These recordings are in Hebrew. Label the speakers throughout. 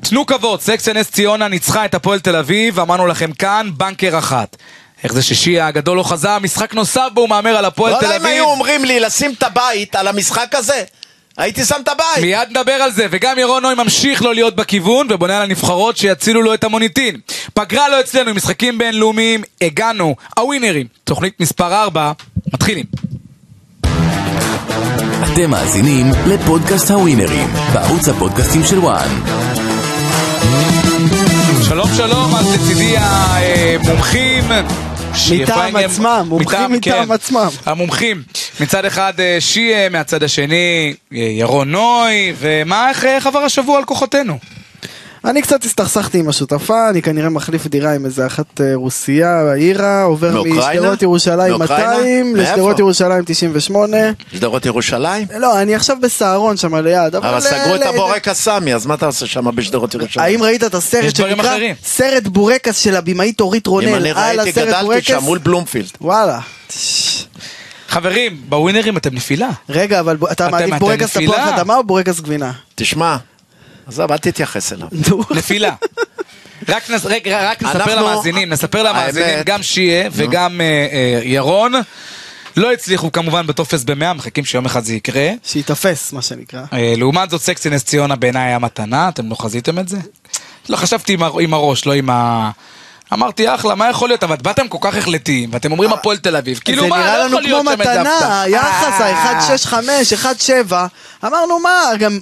Speaker 1: תנו כבוד, סקציה נס ציונה ניצחה את הפועל תל אביב, אמרנו לכם כאן, בנקר אחת. איך זה ששיעה הגדול לא חזר, משחק נוסף בו הוא מהמר על הפועל
Speaker 2: לא
Speaker 1: תל
Speaker 2: יודע אם
Speaker 1: אביב.
Speaker 2: היו אומרים לי לשים את הבית על המשחק הזה, הייתי שם את הבית.
Speaker 1: מיד נדבר על זה, וגם ירון נוי ממשיך לא להיות בכיוון ובונה על הנבחרות שיצילו לו את המוניטין. פגרה לא אצלנו עם משחקים בינלאומיים, הגענו, הווינרים. תוכנית מספר 4, מתחילים.
Speaker 3: אתם מאזינים לפודקאסט הווינרים, בערוץ הפודקאסטים של וואן.
Speaker 1: שלום שלום, אז לצידי המומחים.
Speaker 4: מטעם עצמם, מומחים מטעם עצמם.
Speaker 1: כן. המומחים. מצד אחד אה, שיעה, מהצד השני אה, ירון נוי, ומה איך אה, איך עבר השבוע על כוחותינו?
Speaker 4: אני קצת הסתכסכתי עם השותפה, אני כנראה מחליף דירה עם איזה אחת אה, רוסייה, אירה, עובר
Speaker 2: מאוקראינה?
Speaker 4: משדרות ירושלים
Speaker 2: מאוקראינה?
Speaker 4: 200
Speaker 2: מאיפה?
Speaker 4: לשדרות ירושלים 98.
Speaker 2: שדרות ירושלים?
Speaker 4: לא, אני עכשיו בסהרון שם ליד, אבל...
Speaker 2: אבל סגרו
Speaker 4: אה,
Speaker 2: את
Speaker 4: אה,
Speaker 2: הבורק הסמי, אז מה אתה עושה שם בשדרות ירושלים?
Speaker 4: האם ראית את הסרט
Speaker 1: יש דברים
Speaker 4: שנקרא
Speaker 1: אחרים.
Speaker 4: סרט בורקס של הבמאית אורית
Speaker 2: אם
Speaker 4: רונן
Speaker 2: אני
Speaker 4: על
Speaker 2: ראיתי,
Speaker 4: הסרט
Speaker 2: גדלתי
Speaker 4: בורקס?
Speaker 2: שם מול בלומפילד.
Speaker 4: וואלה.
Speaker 1: חברים, בווינרים אתם נפילה.
Speaker 4: רגע, אבל ב- אתה
Speaker 1: אתם-
Speaker 4: מעדיף
Speaker 1: אתם
Speaker 4: בורקס
Speaker 1: נפילה.
Speaker 4: תפוח אדמה או בורקס גבינה?
Speaker 2: תשמע, עזוב, אל תתייחס אליו.
Speaker 4: נו.
Speaker 1: נפילה. רק, נס, רק, רק נספר
Speaker 2: אנחנו-
Speaker 1: למאזינים, נספר למאזינים,
Speaker 2: האמת-
Speaker 1: גם שיה וגם אה, אה, ירון, לא הצליחו כמובן בטופס במאה, מחכים שיום אחד זה יקרה.
Speaker 4: שייתפס, מה שנקרא.
Speaker 1: אה, לעומת זאת, סקסי נס ציונה בעיניי היה מתנה, אתם לא חזיתם את זה? לא, חשבתי עם, הר- עם הראש, לא עם ה... אמרתי, אחלה, מה יכול להיות? אבל באתם כל כך החלטיים, ואתם אומרים הפועל תל אביב. כאילו,
Speaker 4: אה, זה
Speaker 1: מה,
Speaker 4: נראה
Speaker 1: לא
Speaker 4: לנו
Speaker 1: יכול
Speaker 4: כמו
Speaker 1: להיות
Speaker 4: מתנה,
Speaker 1: שמדפת.
Speaker 4: יחס
Speaker 1: אה.
Speaker 4: ה-1.65, 1.7. אמרנו מה, גם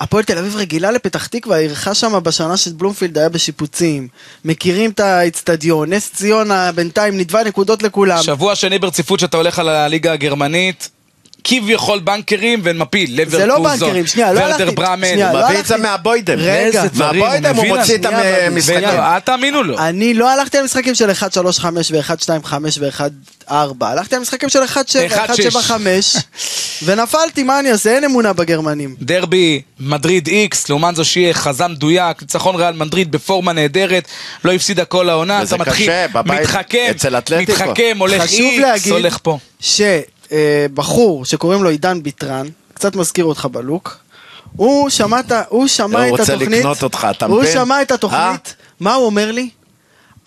Speaker 4: הפועל תל אביב רגילה לפתח תקווה, אירחה שם בשנה שבלומפילד היה בשיפוצים. מכירים את האיצטדיון, נס ציונה בינתיים נתבע נקודות לכולם.
Speaker 1: שבוע שני ברציפות שאתה הולך על הליגה הגרמנית, כביכול בנקרים ומפיל, לברקוזון.
Speaker 4: זה לא בנקרים, שנייה, לא
Speaker 1: ורדר
Speaker 4: הלכתי-
Speaker 1: ברמן.
Speaker 4: שנייה,
Speaker 2: הוא
Speaker 4: לא
Speaker 2: מביא את זה
Speaker 4: הלכתי-
Speaker 2: מהבוידם.
Speaker 4: רגע.
Speaker 1: איזה דברים,
Speaker 2: מהבוידם הוא
Speaker 1: מביא
Speaker 2: מוציא את
Speaker 1: לה-
Speaker 4: שנייה, אבל-
Speaker 2: המשחקים.
Speaker 1: ולא, אל תאמינו לו.
Speaker 4: אני לא הלכתי למשחקים של 1.35 ו-1.25 ו-1.4, הלכתי למשחקים של 1.7, 1.75 ונפלתי, מה אני עושה? אין אמונה בגרמנים.
Speaker 1: דרבי, מדריד איקס, לעומת זו שיהיה חזה מדויק, ניצחון ריאל מדריד בפורמה נהדרת, לא הפסידה כל העונה,
Speaker 2: וזה
Speaker 1: אתה מתחיל,
Speaker 2: קשה, בבית,
Speaker 1: מתחכם,
Speaker 2: אצל אתלטיקו.
Speaker 1: מתחכם, הולך
Speaker 4: חשוב
Speaker 1: איקס,
Speaker 4: להגיד
Speaker 1: הולך פה.
Speaker 4: שבחור שקוראים לו עידן ביטרן, קצת מזכיר אותך בלוק, הוא שמע את, ה- הוא שמע
Speaker 2: הוא
Speaker 4: את
Speaker 2: רוצה
Speaker 4: התוכנית,
Speaker 2: לקנות אותך, אתה
Speaker 4: הוא
Speaker 2: מבין?
Speaker 4: שמע את
Speaker 2: אה?
Speaker 4: התוכנית, מה הוא אומר לי?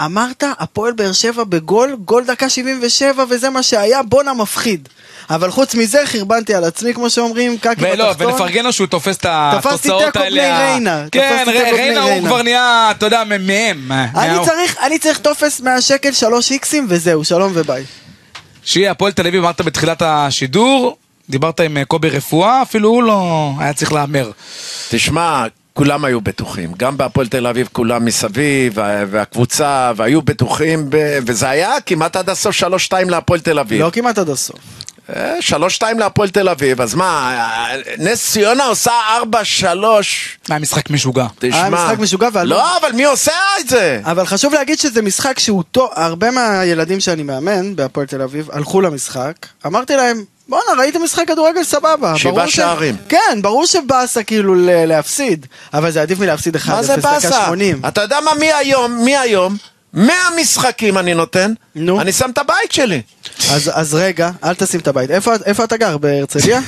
Speaker 4: אמרת, הפועל באר שבע בגול, גול דקה 77 וזה מה שהיה, בואנה מפחיד. אבל חוץ מזה חרבנתי על עצמי, כמו שאומרים, קקי
Speaker 1: ולא,
Speaker 4: בתחתון.
Speaker 1: ונפרגן לו שהוא תופס את
Speaker 4: תפסתי
Speaker 1: התוצאות
Speaker 4: תיקו
Speaker 1: האלה.
Speaker 4: בני
Speaker 1: ה-
Speaker 4: ריינה,
Speaker 1: כן,
Speaker 4: תפסתי תיקו בני
Speaker 1: ריינה הוא
Speaker 4: ריינה.
Speaker 1: כבר נהיה, אתה יודע, מ- מהם.
Speaker 4: אני
Speaker 1: מה-
Speaker 4: צריך, אני צריך טופס 100 שקל, 3 איקסים וזהו, שלום וביי.
Speaker 1: שיהיה הפועל תל אביב, אמרת בתחילת השידור, דיברת עם אה, קובי רפואה, אפילו הוא לא היה צריך להמר.
Speaker 2: תשמע, כולם היו בטוחים. גם בהפועל תל אביב כולם מסביב, וה- והקבוצה, והיו בטוחים, ב- וזה היה כמעט עד הסוף 3-2 להפועל תל אביב.
Speaker 4: לא כמעט עד הסוף.
Speaker 2: אה, 3-2 להפועל תל אביב, אז מה, אה, נס ציונה עושה 4-3,
Speaker 1: היה משחק משוגע.
Speaker 2: תשמע.
Speaker 4: היה אה, משחק משוגע אה, ועלוב.
Speaker 2: לא, אבל מי עושה את זה?
Speaker 4: אבל חשוב להגיד שזה משחק שהוא טוב, הרבה מהילדים שאני מאמן בהפועל תל אביב הלכו למשחק, אמרתי להם, בואנה ראיתם משחק כדורגל סבבה.
Speaker 2: שבעה
Speaker 4: ברור ש-
Speaker 2: שערים.
Speaker 4: כן, ברור שבאסה כאילו ל- להפסיד, אבל זה עדיף מלהפסיד 1-0
Speaker 2: מה זה
Speaker 4: דקה
Speaker 2: באסה?
Speaker 4: 80.
Speaker 2: אתה יודע מה, מי היום, מי היום? 100 משחקים אני נותן,
Speaker 4: נו.
Speaker 2: אני שם את הבית שלי.
Speaker 4: אז, אז רגע, אל תשים את הבית. איפה, איפה אתה גר? בהרצליה?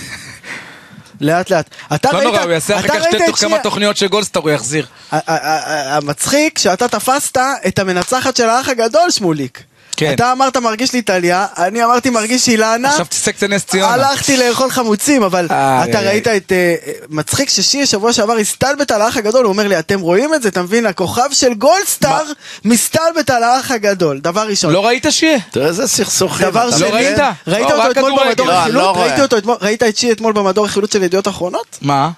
Speaker 4: לאט לאט. אתה
Speaker 1: לא
Speaker 4: ראית,
Speaker 1: נורא, הוא יעשה אחר
Speaker 4: אתה
Speaker 1: כך
Speaker 4: ראית
Speaker 1: שתי
Speaker 4: את
Speaker 1: תוך כמה
Speaker 4: שנייה-
Speaker 1: תוכניות של גולדסטאר, הוא יחזיר.
Speaker 4: ה- ה- ה- המצחיק שאתה תפסת את המנצחת של האח הגדול, שמוליק.
Speaker 1: כן.
Speaker 4: אתה אמרת מרגיש לי טליה, אני אמרתי מרגיש אילנה.
Speaker 1: עכשיו תסק נס ציונה.
Speaker 4: הלכתי לאכול חמוצים, אבל
Speaker 1: אה,
Speaker 4: אתה
Speaker 1: אה,
Speaker 4: ראית את... אה, אה, מצחיק ששיר שבוע שעבר הסתלבט על האח הגדול, הוא אומר לי, אתם רואים את זה, אתה מבין? הכוכב של גולדסטאר מסתלבט על האח הגדול, דבר ראשון.
Speaker 1: לא ראית שיהיה?
Speaker 2: תראה איזה סכסוכים.
Speaker 4: דבר
Speaker 1: לא
Speaker 2: אתה
Speaker 4: שני,
Speaker 2: מבין?
Speaker 1: ראית?
Speaker 4: ראית
Speaker 1: לא,
Speaker 4: אותו
Speaker 1: רק
Speaker 4: אתמול
Speaker 1: כדורגל.
Speaker 4: במדור
Speaker 2: לא, אני לא
Speaker 4: החילוץ?
Speaker 2: רואה.
Speaker 4: ראיתי אותו אתמול- ראית את שיר אתמול במדור החילוץ של ידיעות אחרונות?
Speaker 1: מה?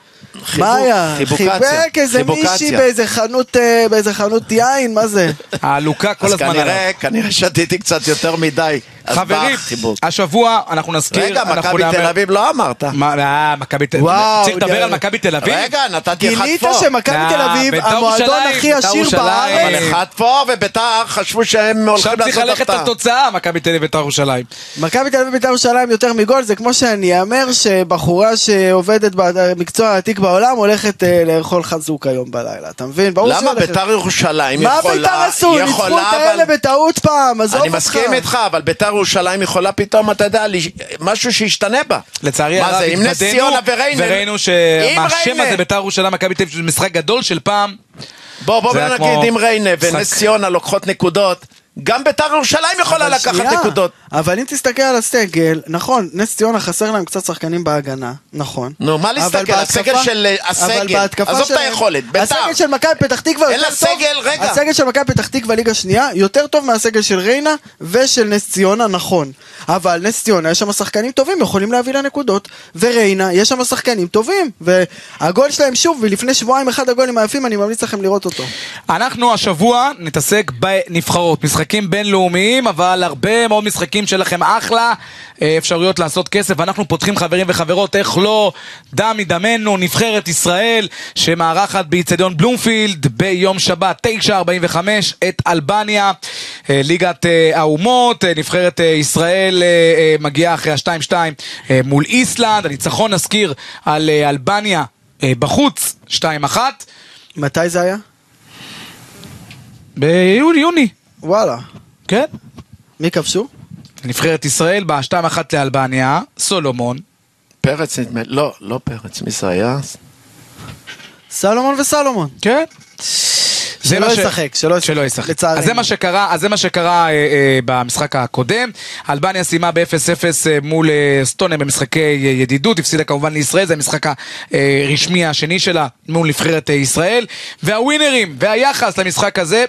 Speaker 4: מה היה?
Speaker 2: חיבוקציה.
Speaker 4: חיבק איזה
Speaker 2: חיבוקציה.
Speaker 4: מישהי באיזה חנות, אה, באיזה חנות יין, מה זה?
Speaker 1: העלוקה כל
Speaker 2: אז
Speaker 1: הזמן עליו.
Speaker 2: כנראה, כנראה שתיתי קצת יותר מדי. אז בא
Speaker 1: חברים,
Speaker 2: החיבוק.
Speaker 1: השבוע אנחנו נזכיר,
Speaker 2: רגע,
Speaker 1: אנחנו
Speaker 2: מכבי
Speaker 1: נאמר-
Speaker 2: תל אביב לא אמרת.
Speaker 1: מה, אה, מכבי תל אביב.
Speaker 4: וואו,
Speaker 1: צריך לדבר
Speaker 4: די.
Speaker 1: על מכבי תל אביב?
Speaker 2: רגע, נתתי לך
Speaker 4: גילית
Speaker 2: פור.
Speaker 4: שמכבי תל
Speaker 1: אה,
Speaker 4: אביב,
Speaker 1: בית"ר
Speaker 4: המועדון
Speaker 1: ירושלים,
Speaker 4: הכי
Speaker 1: בית"ר
Speaker 4: עשיר
Speaker 1: ירושלים.
Speaker 2: אבל
Speaker 4: בארץ,
Speaker 2: אחד פה וביתר חשבו
Speaker 1: עכשיו
Speaker 2: שהם הולכים
Speaker 1: אה, צריך
Speaker 2: לעשות
Speaker 1: ללכת
Speaker 2: הפתעה.
Speaker 1: לתוצאה, מכבי תל אביב בית"ר ירושלים.
Speaker 4: מכבי תל אביב בית"ר ירושלים יותר מגול, זה כמו שאני אאמר שבחורה שעובדת במקצוע העתיק בעולם הולכת אה, לאכול חזוק היום בלילה, אתה מבין? ברור
Speaker 1: לא
Speaker 4: שהיא
Speaker 2: למה
Speaker 4: הולכת.
Speaker 2: ביתר ירושלים
Speaker 4: מה
Speaker 2: יכולה...
Speaker 4: בית"ר עשו? ניצחו
Speaker 2: יכולה,
Speaker 4: את האלה
Speaker 2: אבל-
Speaker 4: בטעות פעם, עזוב אותך.
Speaker 2: אני מסכים איתך, אבל ביתר ירושלים יכולה פתאום, אתה יודע, לש- משהו שישתנה בה.
Speaker 1: לצערי
Speaker 2: מה
Speaker 1: הרב,
Speaker 2: זה, עם נס
Speaker 1: התוודענו
Speaker 2: ציונה וריינר.
Speaker 1: וראינו
Speaker 2: עם
Speaker 1: שהשם
Speaker 2: ריינה.
Speaker 1: הזה בית"ר ירושלים, מכבי תל אביב, שזה משחק גדול של פעם.
Speaker 2: בוא, בוא
Speaker 1: זה היה
Speaker 2: נגיד,
Speaker 1: כמו
Speaker 2: אם ריינה
Speaker 1: שק.
Speaker 2: ונס ציונה לוקחות נקודות, גם ביתר ירושלים יכולה
Speaker 4: אבל
Speaker 2: לקחת
Speaker 4: שנייה,
Speaker 2: נקודות.
Speaker 4: אבל אם תסתכל על הסגל, נכון, נס ציונה חסר להם קצת שחקנים בהגנה, נכון.
Speaker 2: נו, מה
Speaker 4: אבל
Speaker 2: להסתכל?
Speaker 4: בהתקפה-
Speaker 2: הסגל של, אה, הסגל.
Speaker 4: אבל בהתקפה
Speaker 2: עזוב את
Speaker 4: שלהם-
Speaker 2: היכולת, בית"ר.
Speaker 4: הסגל של מכבי פתח תקווה
Speaker 2: אין
Speaker 4: יותר
Speaker 2: לה
Speaker 4: טוב.
Speaker 2: סגל, רגע.
Speaker 4: הסגל של מכבי פתח תקווה ליגה שנייה יותר טוב מהסגל של ריינה ושל נס ציונה, נכון. אבל נס ציונה יש שם שחקנים טובים, יכולים להביא לה נקודות. וריינה יש שם שחקנים טובים. והגול שלהם שוב, ולפני שבועיים אחד הגולים היפים, אני ממליץ לכם לראות אותו.
Speaker 1: אנחנו השבוע נתעסק בנבחרות, משחקים בינלאומיים, אבל הרבה מאוד משחקים שלכם אחלה, אה, אפשרויות לעשות כסף, ואנחנו פותחים חברים וחברות, איך לא, דם מדמנו, נבחרת ישראל, שמארחת באיצטדיון בלומפילד ביום שבת, 9:45, את אלבניה, אה, ליגת אה, האומות, אה, נבחרת אה, ישראל אה, אה, מגיעה אחרי ה-2-2 אה, מול איסלנד, הניצחון נזכיר על אה, אלבניה אה, בחוץ, 2-1.
Speaker 4: מתי זה היה?
Speaker 1: ביוני, יוני.
Speaker 4: וואלה.
Speaker 1: כן.
Speaker 4: מי כבשו?
Speaker 1: נבחרת ישראל באה 2-1 לאלבניה, סולומון.
Speaker 2: פרץ נדמה, לא, לא פרץ, מי זה היה?
Speaker 4: סלומון וסלומון.
Speaker 1: כן.
Speaker 4: שלא ישחק, שלא ישחק.
Speaker 1: שלא ישחק.
Speaker 4: לצערנו.
Speaker 1: אז זה מה שקרה, אז זה מה שקרה אה, אה, במשחק הקודם. אלבניה סיימה ב-0-0 אה, מול אה, סטוניה במשחקי אה, ידידות, הפסידה כמובן לישראל, זה המשחק הרשמי השני שלה מול נבחרת אה, ישראל. והווינרים והיחס למשחק הזה,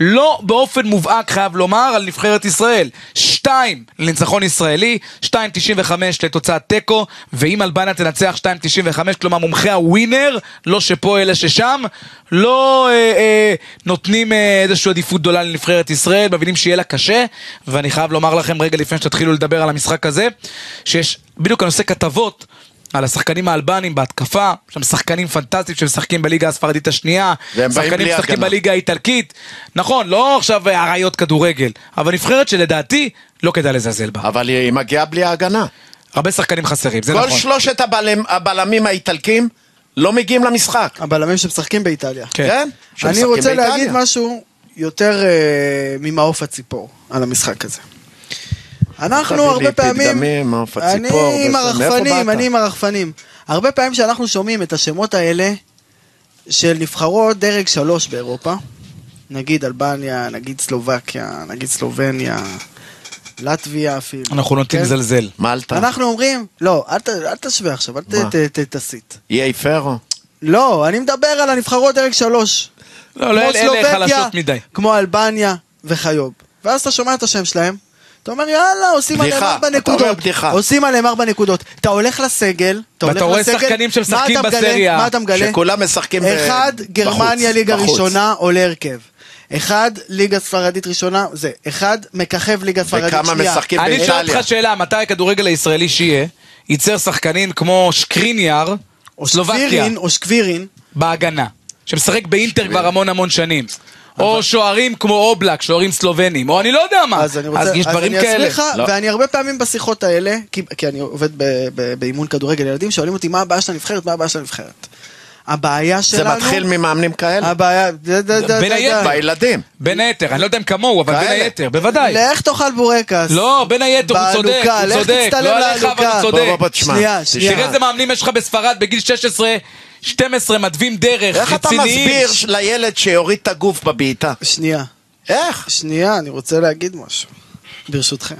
Speaker 1: לא באופן מובהק חייב לומר על נבחרת ישראל. 2 לניצחון ישראלי, 2.95 לתוצאת תיקו, ואם אלבניה תנצח 2.95, כלומר מומחי הווינר, לא שפה אלה ששם, לא אה, אה, נותנים אה, איזושהי עדיפות גדולה לנבחרת ישראל, מבינים שיהיה לה קשה, ואני חייב לומר לכם רגע לפני שתתחילו לדבר על המשחק הזה, שיש בדיוק הנושא כתבות. על השחקנים האלבנים בהתקפה, יש שם שחקנים פנטסטיים שמשחקים בליגה הספרדית השנייה,
Speaker 2: והם באים
Speaker 1: שחקנים
Speaker 2: בלי
Speaker 1: שמשחקים
Speaker 2: הגנה.
Speaker 1: בליגה האיטלקית, נכון, לא עכשיו אה, אריות כדורגל, אבל נבחרת שלדעתי לא כדאי לזלזל בה.
Speaker 2: אבל היא מגיעה בלי ההגנה.
Speaker 1: הרבה שחקנים חסרים, זה
Speaker 2: כל
Speaker 1: נכון.
Speaker 2: שלושת הבלם- הבלמים האיטלקים לא מגיעים למשחק.
Speaker 4: הבלמים שמשחקים באיטליה.
Speaker 1: כן.
Speaker 2: כן?
Speaker 4: אני
Speaker 2: שמשחקים
Speaker 4: רוצה
Speaker 2: באיטליה.
Speaker 4: להגיד משהו יותר אה, ממעוף הציפור על המשחק הזה. אנחנו
Speaker 2: תביא לי
Speaker 4: הרבה פעמים,
Speaker 2: פתגמים, מעוף הציפור,
Speaker 4: אני עם
Speaker 2: וזה- מאיפה
Speaker 4: הרחפנים,
Speaker 2: באת?
Speaker 4: אני עם הרחפנים. הרבה פעמים שאנחנו שומעים את השמות האלה של נבחרות דרג שלוש באירופה, נגיד אלבניה, נגיד סלובקיה, נגיד סלובניה, לטביה אפילו.
Speaker 1: אנחנו לא נוטים
Speaker 4: כן?
Speaker 1: לזלזל.
Speaker 2: מלטה,
Speaker 4: אנחנו אומרים, לא, אל ת- אל תשווה עכשיו, אל ת-
Speaker 2: מה?
Speaker 4: ת- ת- תסית.
Speaker 2: איי פרו.
Speaker 4: לא, אני מדבר על הנבחרות דרג שלוש.
Speaker 1: לא, לא,
Speaker 4: כמו
Speaker 1: אלה אלה
Speaker 4: סלובקיה,
Speaker 1: חלשות מדי.
Speaker 4: כמו אלבניה וכיוב. ואז אתה שומע את השם שלהם, אתה אומר יאללה, עושים
Speaker 2: בדיחה,
Speaker 4: עליהם ארבע
Speaker 2: אתה
Speaker 4: נקודות.
Speaker 2: אומר בדיחה.
Speaker 4: עושים עליהם ארבע נקודות. אתה הולך לסגל, אתה
Speaker 1: ואתה
Speaker 4: הולך
Speaker 1: רואה
Speaker 4: לסגל,
Speaker 1: שחקנים שמשחקים
Speaker 4: מה אתה מגלה?
Speaker 1: בסריה,
Speaker 4: מה אתה מגלה?
Speaker 2: שכולם משחקים ב-
Speaker 4: אחד,
Speaker 2: בחוץ,
Speaker 4: גרמניה ליגה
Speaker 2: בחוץ.
Speaker 4: ראשונה, עולה הרכב. אחד, ליגה ספרדית ראשונה, זה. אחד, מככב ליגה ספרדית שנייה.
Speaker 2: וכמה
Speaker 4: כן,
Speaker 2: משחקים
Speaker 1: אני
Speaker 2: באיטליה.
Speaker 1: שואל אותך שאלה, מתי הכדורגל הישראלי שיהיה, ייצר שחקנים כמו שקריניאר,
Speaker 4: או
Speaker 1: סלובקיה,
Speaker 4: שקבירין, או שקבירין.
Speaker 1: בהגנה, שמשחק באינטר כבר המון המון שנים. או שוערים כמו אובלק, שוערים סלובנים, או אני לא יודע מה.
Speaker 4: אז אני רוצה,
Speaker 1: יש דברים כאלה.
Speaker 4: אני אסביר לך,
Speaker 2: לא.
Speaker 4: ואני הרבה פעמים בשיחות האלה, כי, כי אני עובד ב, ב, באימון כדורגל ילדים, שואלים אותי מה הבעיה של הנבחרת, מה הבעיה של הנבחרת. הבעיה שלנו...
Speaker 2: זה מתחיל ממאמנים כאלה?
Speaker 4: הבעיה... ד- ד- ד-
Speaker 1: בין
Speaker 4: ד-
Speaker 1: היתר.
Speaker 4: ד-
Speaker 2: בילדים.
Speaker 1: בין היתר, אני לא יודע אם כמוהו, אבל בין
Speaker 2: כאלה.
Speaker 1: היתר, בוודאי.
Speaker 4: לאיך תאכל בורקס?
Speaker 1: לא, בין היתר, הוא צודק,
Speaker 4: בעלוקה,
Speaker 1: הוא
Speaker 4: לך
Speaker 1: צודק,
Speaker 4: תצטלם
Speaker 1: לא עליך, אבל הוא
Speaker 4: לעלוקה.
Speaker 1: צודק.
Speaker 2: בוא, בוא, בוא, תשמע.
Speaker 4: שנייה,
Speaker 2: תשמע.
Speaker 4: שנייה.
Speaker 1: תראה איזה מאמנים יש לך בספרד בגיל 16, 12, מתווים דרך,
Speaker 2: איך אתה
Speaker 1: רציניים.
Speaker 2: מסביר לילד שיוריד את הגוף בבעיטה?
Speaker 4: שנייה.
Speaker 2: איך?
Speaker 4: שנייה, אני רוצה להגיד משהו, ברשותכם.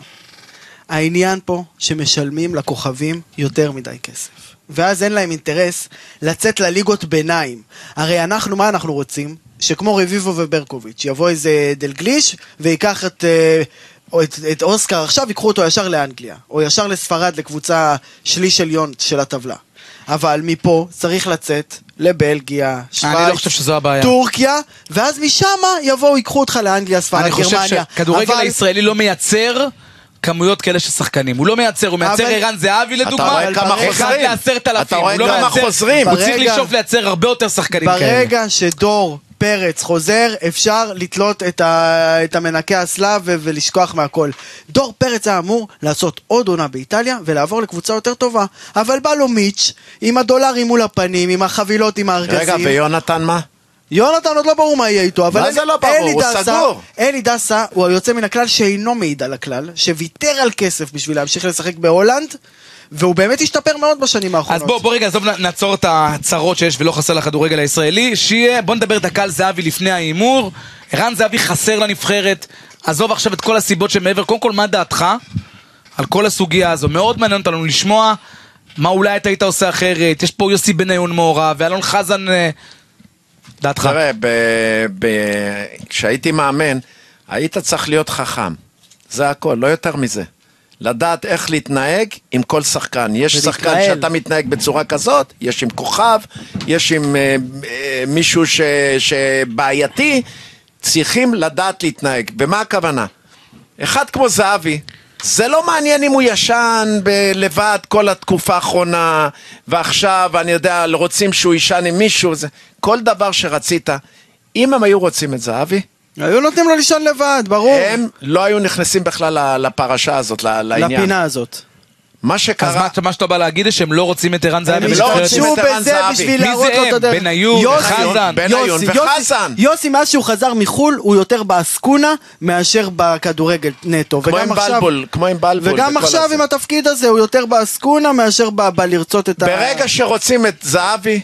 Speaker 4: העניין פה שמשלמים לכוכבים יותר מדי כסף. ואז אין להם אינטרס לצאת לליגות ביניים. הרי אנחנו, מה אנחנו רוצים? שכמו רביבו וברקוביץ', יבוא איזה דלגליש ויקח את, אה, או את, את אוסקר עכשיו, ייקחו אותו ישר לאנגליה, או ישר לספרד לקבוצה שליש עליון של הטבלה. אבל מפה צריך לצאת לבלגיה, שווייץ,
Speaker 1: אני לא חושב שזו הבעיה.
Speaker 4: טורקיה, ואז משם יבואו, ייקחו אותך לאנגליה, ספרד.
Speaker 1: אני חושב
Speaker 4: גרמניה.
Speaker 1: שהכדורגל
Speaker 4: אבל-
Speaker 1: הישראלי לא מייצר כמויות כאלה של שחקנים. הוא לא מייצר, הוא מייצר
Speaker 4: אבל-
Speaker 1: ערן זהבי
Speaker 2: אתה
Speaker 1: לדוגמה,
Speaker 2: רואה כמה
Speaker 1: אחד
Speaker 4: ברגע-
Speaker 2: חוזרים.
Speaker 1: לעשרת
Speaker 2: אתה
Speaker 1: אלפים.
Speaker 2: רואה
Speaker 1: הוא לא
Speaker 2: כמה
Speaker 1: מייצר-
Speaker 2: חוזרים.
Speaker 1: הוא צריך
Speaker 4: ברגע-
Speaker 1: לשאוף לייצר הרבה יותר שחקנים כאלה.
Speaker 4: ברגע שדור פרץ חוזר, אפשר לתלות את, ה... את המנקה הסלב ו... ולשכוח מהכל. דור פרץ היה אמור לעשות עוד עונה באיטליה ולעבור לקבוצה יותר טובה. אבל בא לו מיץ' עם הדולרים מול הפנים, עם החבילות, עם הארגזים.
Speaker 2: רגע, ויונתן מה?
Speaker 4: יונתן עוד לא ברור מה יהיה איתו, אבל
Speaker 2: מה
Speaker 4: אלי-
Speaker 2: זה לא ברור?
Speaker 4: אלי
Speaker 2: הוא
Speaker 4: דסה-
Speaker 2: סגור.
Speaker 4: אלי דסה הוא היוצא מן הכלל שאינו מעיד על הכלל, שוויתר על כסף בשביל להמשיך לשחק בהולנד, והוא באמת השתפר מאוד בשנים האחרונות.
Speaker 1: אז בוא, בוא רגע, עזוב, נ- נעצור את הצרות שיש ולא חסר לכדורגל הישראלי. שיהיה, בוא נדבר דקה על זהבי לפני ההימור. ערן זהבי חסר לנבחרת. עזוב עכשיו את כל הסיבות שמעבר. קודם כל, מה דעתך על כל הסוגיה הזו? מאוד מעניין אותנו לשמוע מה אולי אתה היית עושה אחרת. יש פה יוסי בניון מעורב ואלון חזן... אה, דעתך.
Speaker 2: תראה, ב- ב- כשהייתי מאמן, היית צריך להיות חכם. זה הכל, לא יותר מזה. לדעת איך להתנהג עם כל שחקן. יש שחקן
Speaker 4: ולהתנהל.
Speaker 2: שאתה מתנהג בצורה כזאת, יש עם כוכב, יש עם אה, אה, מישהו ש- שבעייתי, צריכים לדעת להתנהג. במה הכוונה? אחד כמו זהבי, זה לא מעניין אם הוא ישן ב- לבד כל התקופה האחרונה, ועכשיו, אני יודע, רוצים שהוא יישן עם מישהו, זה... כל דבר שרצית, אם הם היו רוצים את זהבי,
Speaker 4: היו נותנים לו לישון לבד, ברור.
Speaker 2: הם לא היו נכנסים בכלל ל- לפרשה הזאת, ל- לעניין.
Speaker 4: לפינה הזאת.
Speaker 2: מה
Speaker 1: אז
Speaker 2: שקרה,
Speaker 1: מה, מה שאתה בא להגיד זה שהם לא רוצים את ערן זהבי
Speaker 2: הם
Speaker 1: בנבחרת?
Speaker 2: לא רוצים
Speaker 4: השתמשו
Speaker 2: את ערן
Speaker 4: בזה
Speaker 2: זהבי.
Speaker 4: בשביל
Speaker 1: מי זה
Speaker 4: להראות לו את
Speaker 1: הם?
Speaker 4: הדרך.
Speaker 1: בניון,
Speaker 4: יוסי,
Speaker 1: חזן.
Speaker 2: בניון
Speaker 4: יוסי,
Speaker 2: וחזן.
Speaker 4: יוסי- יוסי, מאז שהוא חזר מחול, הוא יותר בעסקונה מאשר בכדורגל נטו.
Speaker 2: כמו
Speaker 4: וגם
Speaker 2: עם
Speaker 4: עכשיו-
Speaker 2: בלבול, כמו עם בלבול.
Speaker 4: וגם
Speaker 2: וכל
Speaker 4: עכשיו
Speaker 2: הזה.
Speaker 4: עם התפקיד הזה, הוא יותר בעסקונה מאשר ב- בלרצות את ה...
Speaker 2: ברגע שרוצים את זהבי,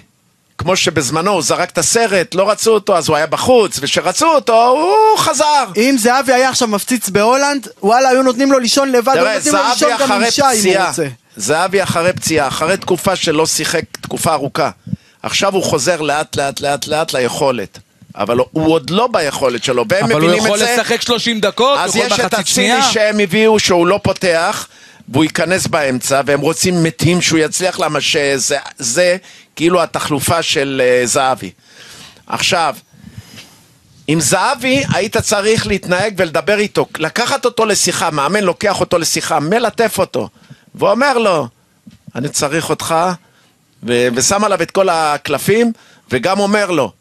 Speaker 2: כמו שבזמנו הוא זרק את הסרט, לא רצו אותו, אז הוא היה בחוץ, וכשרצו אותו, הוא חזר.
Speaker 4: אם זהבי היה עכשיו מפציץ בהולנד, וואלה, היו נותנים לו לישון לבד, היו
Speaker 2: תראה,
Speaker 4: נותנים לו לישון
Speaker 2: זהבי
Speaker 4: גם עם
Speaker 2: אחרי
Speaker 4: אישה אם הוא
Speaker 2: פציעה.
Speaker 4: רוצה.
Speaker 2: זהבי אחרי פציעה, אחרי תקופה שלא שיחק, תקופה ארוכה. עכשיו הוא חוזר לאט לאט לאט לאט ליכולת. אבל הוא עוד לא ביכולת שלו, והם
Speaker 1: אבל הוא
Speaker 2: מבינים
Speaker 1: יכול
Speaker 2: את זה.
Speaker 1: לשחק 30 דקות,
Speaker 2: אז
Speaker 1: הוא יכול
Speaker 2: יש את
Speaker 1: מחצית שנייה.
Speaker 2: הציני שהם הביאו שהוא לא פותח, והוא ייכנס באמצע, והם רוצים מתים שהוא יצליח, למה שזה זה כאילו התחלופה של אה, זהבי. עכשיו, עם זהבי היית צריך להתנהג ולדבר איתו, לקחת אותו לשיחה, מאמן לוקח אותו לשיחה, מלטף אותו, ואומר לו, אני צריך אותך, ו- ושם עליו את כל הקלפים, וגם אומר לו,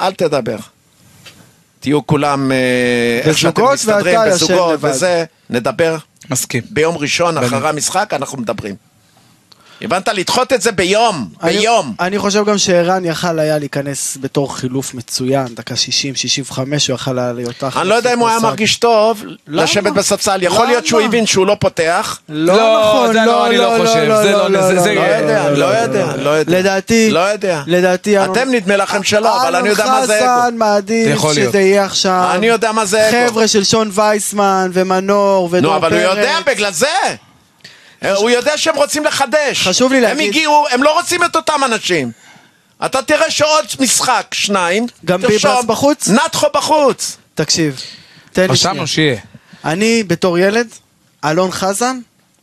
Speaker 2: אל תדבר. תהיו כולם, אה, איך שאתם
Speaker 4: בזוגות,
Speaker 2: מסתדרים,
Speaker 4: ואתה ישן
Speaker 2: בזוגות
Speaker 4: לבד.
Speaker 2: וזה, נדבר
Speaker 1: מסכים.
Speaker 2: ביום ראשון אחרי המשחק, אנחנו מדברים. הבנת? לדחות את זה ביום,
Speaker 4: אני-
Speaker 2: ביום.
Speaker 4: אני חושב גם שערן יכל היה להיכנס בתור חילוף מצוין, דקה 60, 65, הוא יכל היה להיות אחלה.
Speaker 2: אני לא יודע אם הוא היה
Speaker 4: סופר
Speaker 2: מרגיש טוב
Speaker 4: למה?
Speaker 2: לשבת בספסל, יכול להיות שהוא
Speaker 4: למה?
Speaker 2: הבין שהוא לא פותח.
Speaker 4: לא נכון,
Speaker 1: זה
Speaker 4: לא,
Speaker 1: אני לא
Speaker 4: לא,
Speaker 1: חושב,
Speaker 4: לא,
Speaker 1: זה
Speaker 4: לא,
Speaker 1: לא, זה-
Speaker 4: לא,
Speaker 1: זה-
Speaker 2: לא יודע, לא יודע, לא יודע.
Speaker 4: לדעתי,
Speaker 2: לא יודע.
Speaker 4: לדעתי, אלון-
Speaker 2: אתם נדמה לכם שלא, אבל אני יודע מה זה
Speaker 4: אלון חזן
Speaker 2: אגו.
Speaker 4: מעדיף
Speaker 1: יכול להיות.
Speaker 4: שזה יהיה עכשיו.
Speaker 2: אני יודע מה זה אגו.
Speaker 4: חבר'ה של שון וייסמן ומנור ודור פרץ.
Speaker 2: נו, אבל הוא יודע, בגלל זה. אה, הוא יודע שהם רוצים לחדש.
Speaker 4: חשוב לי
Speaker 2: הם
Speaker 4: להגיד-
Speaker 2: הגיעו, הם לא רוצים את אותם אנשים. אתה תראה שעוד משחק, שניים.
Speaker 4: גם
Speaker 2: תרשום,
Speaker 4: ביברס בחוץ?
Speaker 2: נתחו בחוץ.
Speaker 4: תקשיב, תן לי שנייה.
Speaker 1: רשמנו שיהיה.
Speaker 4: אני בתור ילד, אלון חזן,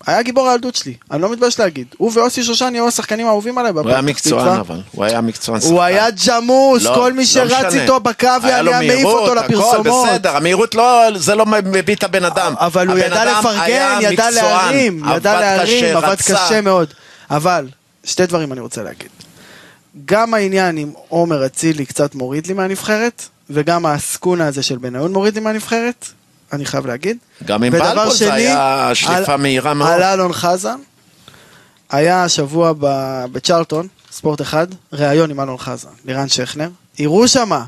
Speaker 4: היה גיבור הילדות שלי, אני לא מתבייש להגיד. הוא ואוסי שושן היו השחקנים האהובים עליי
Speaker 2: הוא היה
Speaker 4: בפתח
Speaker 2: מקצוען
Speaker 4: תקווה.
Speaker 2: אבל, הוא היה מקצוען.
Speaker 4: הוא היה ג'מוס,
Speaker 2: לא,
Speaker 4: כל מי
Speaker 2: לא
Speaker 4: שרץ
Speaker 2: משנה.
Speaker 4: איתו בקו
Speaker 2: היה לו
Speaker 4: היה מעיף
Speaker 2: מהירות,
Speaker 4: אותו
Speaker 2: הכל,
Speaker 4: לפרסומות.
Speaker 2: בסדר, המהירות לא, זה לא מביא את הבן אדם.
Speaker 4: אבל הוא
Speaker 2: הבן
Speaker 4: ידע
Speaker 2: אדם
Speaker 4: לפרגן,
Speaker 2: היה
Speaker 4: ידע
Speaker 2: מקצוען,
Speaker 4: להרים, ידע
Speaker 2: עבד
Speaker 4: להרים,
Speaker 2: קשה,
Speaker 4: עבד
Speaker 2: רצה.
Speaker 4: קשה מאוד. אבל, שתי דברים אני רוצה להגיד. גם העניין עם עומר אצילי קצת מוריד לי מהנבחרת, וגם העסקונה הזה של בניון מוריד לי מהנבחרת, אני חייב להגיד.
Speaker 2: גם עם
Speaker 4: ודבר
Speaker 2: בלבול זה
Speaker 4: שני,
Speaker 2: היה שליפה
Speaker 4: על-
Speaker 2: מהירה מאוד.
Speaker 4: על אלון חזן, היה השבוע ב- בצ'רלטון, ספורט אחד, ראיון עם אלון חזן, לירן שכנר. יראו שמה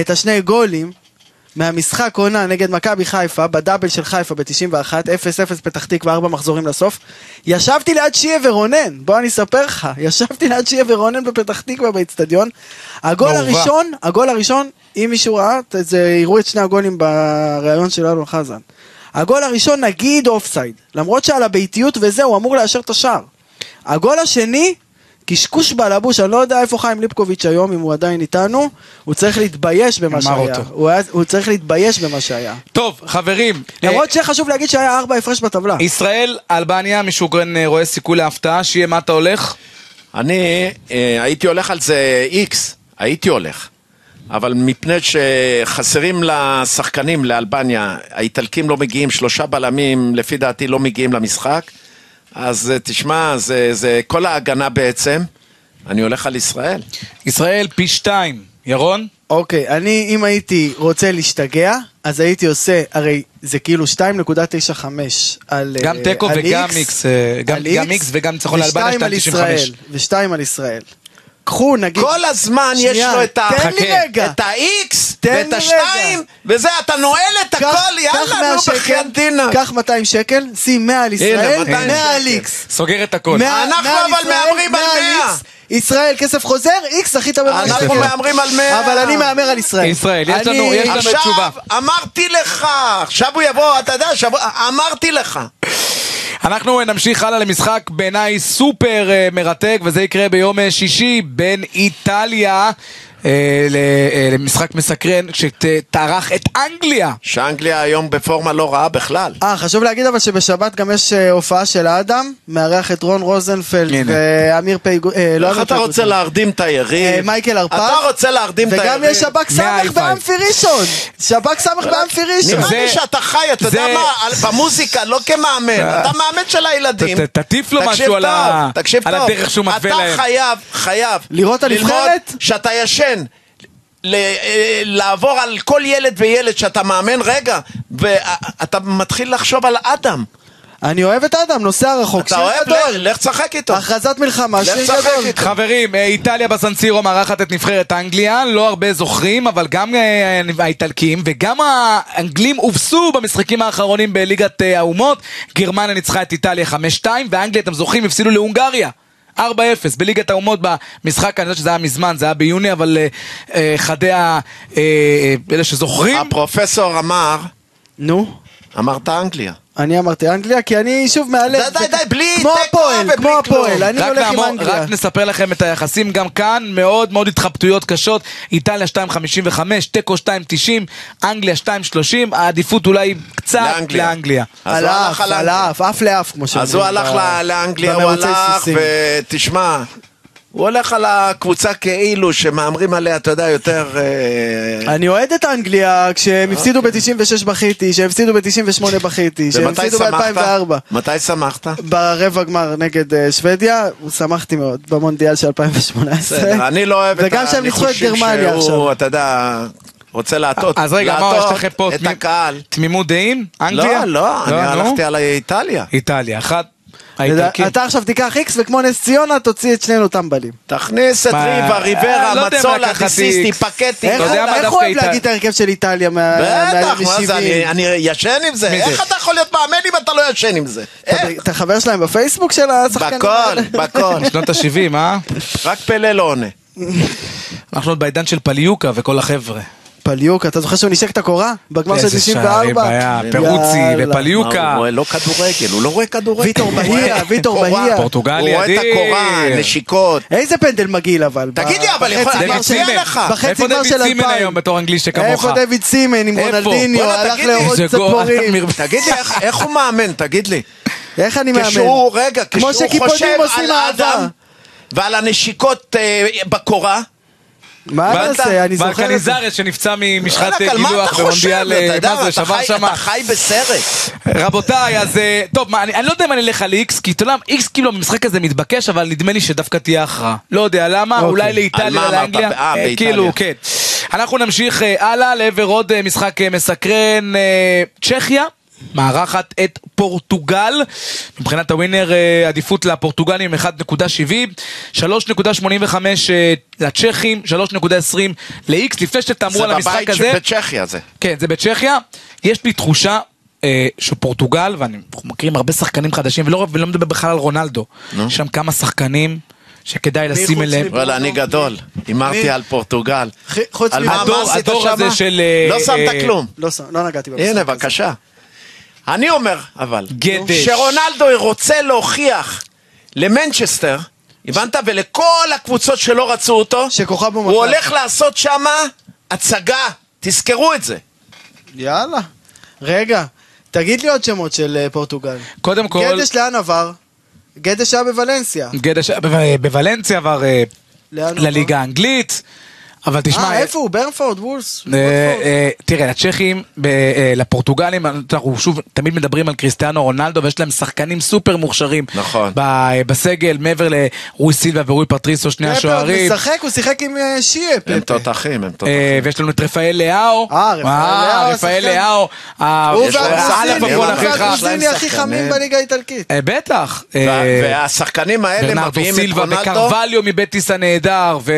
Speaker 4: את השני גולים מהמשחק עונה נגד מכבי חיפה, בדאבל של חיפה ב-91, 0-0 פתח תקווה, 4 מחזורים לסוף. ישבתי ליד שיה ורונן, בוא אני אספר לך, ישבתי ליד שיה ורונן בפתח תקווה באצטדיון. הגול
Speaker 1: מעורבע.
Speaker 4: הראשון, נכון? הגול הראשון, אם מישהו ראה, ת- זה- יראו את שני הגולים בריאיון של אלון חזן. הגול הראשון נגיד אופסייד, למרות שעל הביתיות וזה, הוא אמור לאשר את השער. הגול השני, קשקוש בלבוש, אני לא יודע איפה חיים ליפקוביץ' היום, אם הוא עדיין איתנו, הוא צריך להתבייש במה
Speaker 1: אמר
Speaker 4: שהיה.
Speaker 1: אותו. אה,
Speaker 4: הוא, היה, הוא צריך להתבייש במה שהיה.
Speaker 1: טוב, חברים.
Speaker 4: למרות שחשוב להגיד שהיה ארבע הפרש בטבלה.
Speaker 1: אה, ישראל, אלבניה, מישהו כאן אה, רואה סיכוי להפתעה, שיהיה מה אתה הולך?
Speaker 2: אני אה, הייתי הולך על זה איקס, הייתי הולך. אבל מפני שחסרים לשחקנים לאלבניה, האיטלקים לא מגיעים, שלושה בלמים לפי דעתי לא מגיעים למשחק, אז אה, תשמע, זה, זה כל ההגנה בעצם, אני הולך על ישראל.
Speaker 1: ישראל פי שתיים. ירון?
Speaker 4: אוקיי, אני, אם הייתי רוצה להשתגע, אז הייתי עושה, הרי זה כאילו 2.95 על
Speaker 1: גם
Speaker 4: אה,
Speaker 1: תיקו
Speaker 4: על
Speaker 1: וגם
Speaker 4: X,
Speaker 1: מיקס, אה, גם-
Speaker 4: על
Speaker 1: גם
Speaker 4: X,
Speaker 1: מיקס וגם ניצחון לאלבניה,
Speaker 4: ושתיים על
Speaker 1: 2.95.
Speaker 4: ישראל, ושתיים על ישראל. קחו נגיד...
Speaker 2: כל הזמן יש
Speaker 4: שנייה,
Speaker 2: לו את ה...
Speaker 4: תן לי
Speaker 1: חכה.
Speaker 4: רגע.
Speaker 2: את ה-X,
Speaker 4: תן לי
Speaker 2: ואת
Speaker 4: רגע.
Speaker 2: השתיים, וזה, אתה נועל את
Speaker 4: קח-
Speaker 2: הכל,
Speaker 4: קח
Speaker 2: יאללה,
Speaker 4: 100
Speaker 2: נו,
Speaker 4: שקל,
Speaker 2: בחייאת דינה.
Speaker 4: קח 200 שקל, שים 100 על ישראל,
Speaker 2: 200
Speaker 4: 100 על
Speaker 2: שקל.
Speaker 4: איקס.
Speaker 1: סוגר את הכל.
Speaker 4: מאה-
Speaker 2: אנחנו
Speaker 4: מאה על
Speaker 2: אבל
Speaker 4: ישראל,
Speaker 2: מהמרים על
Speaker 4: מאה
Speaker 2: מאה.
Speaker 4: איקס. ישראל, כסף חוזר, איקס, הכי טוב. במשחק.
Speaker 2: אנחנו מהמרים על מאה.
Speaker 4: אבל אני מהמר על ישראל.
Speaker 1: ישראל, יש
Speaker 4: אני-
Speaker 1: לנו- יש לנו-
Speaker 2: עכשיו,
Speaker 1: תשובה.
Speaker 2: אמרתי לך, עכשיו הוא יבוא, אתה יודע, שבוע- אמרתי לך.
Speaker 1: אנחנו נמשיך הלאה למשחק בעיניי סופר אה, מרתק, וזה יקרה ביום אה, שישי בין איטליה אה, ל- אה, למשחק מסקרן, שתערך את אנגליה.
Speaker 2: שאנגליה היום בפורמה לא רעה בכלל.
Speaker 4: אה, חשוב להגיד אבל שבשבת גם יש אה, הופעה של האדם, מארח את רון רוזנפלד
Speaker 1: הנה.
Speaker 4: ואמיר פייגו... אה, לא
Speaker 2: איך
Speaker 4: אמיר
Speaker 2: אתה
Speaker 4: פייגו-
Speaker 2: רוצה להרדים את
Speaker 4: אה,
Speaker 2: היריב?
Speaker 4: מייקל הרפז.
Speaker 2: אתה רוצה להרדים את היריב?
Speaker 4: וגם יש שב"כ סמך
Speaker 1: מהאי-פיי.
Speaker 4: באמפי ראשון. שב"כ סמך באמפי ראשון.
Speaker 2: נראה לי
Speaker 1: זה-
Speaker 2: שאתה חי, אתה יודע
Speaker 1: זה- אה.
Speaker 2: מה, על- במוזיקה, לא כמאמן, אתה מאמן של הילדים.
Speaker 1: ת- ת- תטיף לו
Speaker 2: תקשיב
Speaker 1: משהו על
Speaker 2: טוב,
Speaker 1: ה-
Speaker 2: תקשיב
Speaker 1: על
Speaker 2: טוב.
Speaker 1: הדרך שהוא מתווה להם.
Speaker 2: אתה חייב, חייב.
Speaker 4: לראות את
Speaker 2: ללמוד
Speaker 4: הנבחרת?
Speaker 2: שאתה ישן. ל- אה, לעבור על כל ילד וילד שאתה מאמן, רגע, ואתה מתחיל לחשוב על אדם.
Speaker 4: אני אוהב את האדם, נוסע רחוק.
Speaker 2: אתה
Speaker 4: שיר
Speaker 2: אוהב?
Speaker 4: גדול.
Speaker 2: לך- לך תשחק איתו.
Speaker 4: הכרזת מלחמה,
Speaker 2: לך
Speaker 4: שיר
Speaker 2: תשחק
Speaker 4: גדול.
Speaker 2: איתו.
Speaker 1: חברים, אה, איטליה בסנסירו מארחת את נבחרת אנגליה, לא הרבה זוכרים, אבל גם אה, האיטלקים וגם האנגלים הובסו במשחקים האחרונים בליגת אה, האומות. גרמניה ניצחה את איטליה 5-2, ואנגליה, אתם זוכרים, הפסידו להונגריה. 4-0 בליגת האומות במשחק, אני יודע שזה היה מזמן, זה היה ביוני, אבל אה, אה, חדי ה... אה, אה, אלה שזוכרים,
Speaker 2: הפרופסור אמר,
Speaker 4: נו.
Speaker 2: אמרת אנגליה.
Speaker 4: אני אמרתי אנגליה, כי אני שוב מהלב.
Speaker 2: די, די, די, בלי
Speaker 4: כמו
Speaker 2: תיקו
Speaker 4: הפועל,
Speaker 2: ובלי
Speaker 4: כמו
Speaker 2: כלום.
Speaker 4: הפועל, אני
Speaker 1: רק,
Speaker 4: הולך עם
Speaker 1: נעמור,
Speaker 4: אנגליה.
Speaker 1: רק נספר לכם את היחסים גם כאן, מאוד מאוד התחבטויות קשות, איטליה 2.55, תיקו 2.90, אנגליה 2.30, העדיפות אולי קצת
Speaker 2: לאנגליה.
Speaker 1: לאנגליה. לאנגליה.
Speaker 2: אז
Speaker 4: על
Speaker 2: הוא הלך
Speaker 4: אף,
Speaker 2: על
Speaker 4: על
Speaker 2: אנגליה.
Speaker 4: אף, אף לאף, כמו שאומרים.
Speaker 2: אז הוא הלך
Speaker 4: ב-
Speaker 2: ל- לאנגליה, הוא
Speaker 4: במרוצי
Speaker 2: הלך,
Speaker 4: סוסים.
Speaker 2: ותשמע, הוא הולך על הקבוצה כאילו שמהמרים עליה, אתה יודע, יותר... אה,
Speaker 4: אני אוהד את אנגליה, כשהם הפסידו ב-96 בכיתי, כשהם הפסידו ב-98 בכיתי, כשהם
Speaker 2: אוקיי. ומתי
Speaker 4: הפסידו
Speaker 2: שמחת?
Speaker 4: ב-2004.
Speaker 2: מתי שמחת?
Speaker 4: ברבע גמר נגד אה, שוודיה, שמחתי מאוד, במונדיאל של 2018.
Speaker 2: בסדר, אני לא אוהב את
Speaker 4: וגם שהם ניצחו את
Speaker 2: הניחושים
Speaker 4: גרמניה עכשיו.
Speaker 2: שהוא, אתה יודע, רוצה להטות
Speaker 1: אז רגע, מה יש
Speaker 2: להטות
Speaker 1: לכם פה?
Speaker 2: את
Speaker 1: תמימ-
Speaker 2: הקהל.
Speaker 1: תמימות דעים? אנגליה?
Speaker 2: לא, לא, אני
Speaker 1: נו.
Speaker 2: הלכתי על איטליה.
Speaker 1: איטליה, אחת. האיטלקים.
Speaker 4: אתה- אתה עכשיו תיקח איקס וכמו נס ציונה תוציא את שנינו טמבלים.
Speaker 2: תכניס את
Speaker 1: מה,
Speaker 2: ריבה,
Speaker 1: אה, לא
Speaker 2: ריברה,
Speaker 1: יודע אם
Speaker 2: מצולה,
Speaker 1: לקחת
Speaker 2: דיסיסטי,
Speaker 1: איקס.
Speaker 2: פקטי.
Speaker 4: איך
Speaker 1: אתה יודע מה
Speaker 4: איך הוא
Speaker 1: דווקא
Speaker 4: אוהב
Speaker 1: איטל-
Speaker 4: להגיד את ההרכב של איטליה מה- מה-
Speaker 2: בטח, מה זה, אני-
Speaker 4: מה-70?
Speaker 2: אני ישן עם זה.
Speaker 1: מי
Speaker 2: איך
Speaker 1: זה?
Speaker 2: אתה יכול להיות מאמן אם אתה לא ישן עם זה? איך?
Speaker 4: אתה חבר שלהם בפייסבוק של השחקנים
Speaker 2: בכל,
Speaker 4: האלה?
Speaker 2: בכל.
Speaker 1: שנות ה-70, אה?
Speaker 2: רק פלא לא עונה.
Speaker 1: אנחנו עוד בעידן של פליוקה וכל החבר'ה.
Speaker 4: פליוק, אתה זוכר שהוא נשק את הקורה? בגמר של
Speaker 1: איזה
Speaker 4: 94?
Speaker 1: שערים היה, פרוצי
Speaker 4: יאללה.
Speaker 2: מה,
Speaker 1: ופליוקה.
Speaker 2: הוא רואה לא כדורגל, הוא לא רואה כדורגל.
Speaker 4: ויטור
Speaker 2: הוא
Speaker 4: בהייה,
Speaker 2: רואה-
Speaker 4: ויטור
Speaker 2: הוא רואה-
Speaker 4: בהייה.
Speaker 1: פורטוגל
Speaker 2: הוא רואה את
Speaker 1: לידי.
Speaker 2: הקורה, נשיקות.
Speaker 4: איזה פנדל מגעיל אבל.
Speaker 2: תגיד לי, אבל יכול-
Speaker 4: בחצי
Speaker 2: אני
Speaker 4: גמר של-
Speaker 2: מציע לך.
Speaker 4: בחצי
Speaker 1: איפה
Speaker 4: גמר
Speaker 1: דויד
Speaker 4: של
Speaker 1: סימן
Speaker 4: 2000.
Speaker 1: היום בתור אנגלי שכמוך?
Speaker 4: איפה דויד סימן עם
Speaker 1: איפה?
Speaker 4: רונלדיניו,
Speaker 2: וואלה,
Speaker 4: הלך
Speaker 2: תגיד לי,
Speaker 4: לאורות
Speaker 1: איזה גול,
Speaker 4: צפורים.
Speaker 1: מיר-
Speaker 2: תגיד לי, איך- איך הוא מאמן? תגיד לי.
Speaker 4: איך אני מאמן?
Speaker 2: כשהוא, רגע,
Speaker 4: כמו
Speaker 2: כשהוא חושב
Speaker 4: שקיפודים עושים
Speaker 2: על
Speaker 4: אהבה.
Speaker 2: האדם ועל הנשיקות אה, בקורה,
Speaker 4: מה נעשה, אני זוכר את זה.
Speaker 1: ולקניזריה שנפצע ממשחת
Speaker 2: וואלכ, על מה אתה
Speaker 1: גילוח
Speaker 2: חושב?
Speaker 1: במונדיאל,
Speaker 2: אתה
Speaker 1: אה,
Speaker 2: יודע,
Speaker 1: מה זה,
Speaker 2: אתה
Speaker 1: שבר
Speaker 2: חי-
Speaker 1: שמה.
Speaker 2: אתה חי בסרט.
Speaker 1: רבותיי, אז אה, טוב, מה, אני אני לא יודע אם אני אלך על איקס, כי אתה יודע, איקס כאילו במשחק הזה מתבקש, אבל נדמה לי שדווקא תהיה הכרעה. לא יודע למה,
Speaker 4: אוקיי.
Speaker 1: אולי
Speaker 2: על
Speaker 1: לאיטליה,
Speaker 2: מה אמרת?
Speaker 1: לאנגליה.
Speaker 2: אה,
Speaker 1: אה,
Speaker 2: באיטליה.
Speaker 1: כאילו, כן. אנחנו נמשיך אה, הלאה לעבר עוד אה, משחק אה, מסקרן, אה, צ'כיה. מארחת את פורטוגל, מבחינת הווינר אה, עדיפות לפורטוגלים 1.70, 3.85 אה, לצ'כים, 3.20 לאיקס, לפני שתאמרו
Speaker 2: זה
Speaker 1: על המשחק
Speaker 2: בבית
Speaker 1: הזה.
Speaker 2: שבצ'כיה זה.
Speaker 1: כן, זה בצ'כיה. יש לי תחושה אה, שפורטוגל, ואנחנו מכירים הרבה שחקנים חדשים, ולא, ולא מדבר בכלל על רונלדו. יש שם כמה שחקנים שכדאי לשים
Speaker 4: חוץ
Speaker 1: אליהם.
Speaker 4: מב-
Speaker 2: וואלה, לא, אני גדול, הימרתי
Speaker 4: מי?
Speaker 2: על פורטוגל.
Speaker 4: חי- חוץ
Speaker 2: על
Speaker 4: מב-
Speaker 2: מה- מה
Speaker 1: הדור-
Speaker 2: עשית
Speaker 1: הדור הזה
Speaker 2: שמה?
Speaker 1: של, אה,
Speaker 2: לא
Speaker 1: אה,
Speaker 2: שמת כלום.
Speaker 4: לא ס- לא נגעתי במשחק.
Speaker 2: הנה, בבקשה. אני אומר, אבל,
Speaker 1: גדש.
Speaker 2: שרונלדו רוצה להוכיח למנצ'סטר, הבנת? ולכל הקבוצות שלא רצו אותו,
Speaker 4: שכוכב הוא
Speaker 2: הוא
Speaker 4: מכה.
Speaker 2: הולך לעשות שמה הצגה, תזכרו את זה.
Speaker 1: אה,
Speaker 4: יאללה. רגע, תגיד לי עוד שמות של אה, פורטוגל.
Speaker 1: קודם כל,
Speaker 4: גדש לאן עבר? גדש היה בוולנסיה.
Speaker 1: גדש היה בו- בוולנסיה עבר אה,
Speaker 4: לאן הוא
Speaker 1: לליגה האנגלית, אבל תשמע...
Speaker 4: אה, איפה הוא? ברנפורד? וולס?
Speaker 1: אה,
Speaker 4: וולפורד?
Speaker 1: אה, תראה, לצ'כים, ב- אה, לפורטוגלים, אנחנו שוב תמיד מדברים על קריסטיאנו רונלדו, ויש להם שחקנים סופר מוכשרים.
Speaker 2: נכון.
Speaker 1: ב- אה, בסגל, מעבר לרוי סילבה ורוי פטריסו, שני
Speaker 4: פפה עוד
Speaker 1: השוערים.
Speaker 4: משחק, הוא שיחק עם אה, שיה
Speaker 2: הם
Speaker 4: פפה.
Speaker 2: תותחים, הם תותחים.
Speaker 1: אה, ויש לנו את רפאל לאהו.
Speaker 4: אה, רפאל לאהו,
Speaker 1: רפאל אה,
Speaker 4: שחקן.
Speaker 1: לאהו. ה-
Speaker 4: הוא
Speaker 2: אוקיי, יש לו הצעה
Speaker 1: אלף
Speaker 2: לפפול
Speaker 4: והגרוזיני, הוא
Speaker 1: הפועל
Speaker 2: אחריך.
Speaker 1: אחיך.
Speaker 4: והגרוזיני הכי חמים בליגה האיטלקית.
Speaker 1: אה, בטח. אה,
Speaker 2: וה- והשחקנים האלה
Speaker 1: ברנרדו
Speaker 2: מביאים את
Speaker 1: סילבה
Speaker 2: רונלדו,
Speaker 1: וקרווליו מבטיס הנהדר. ו...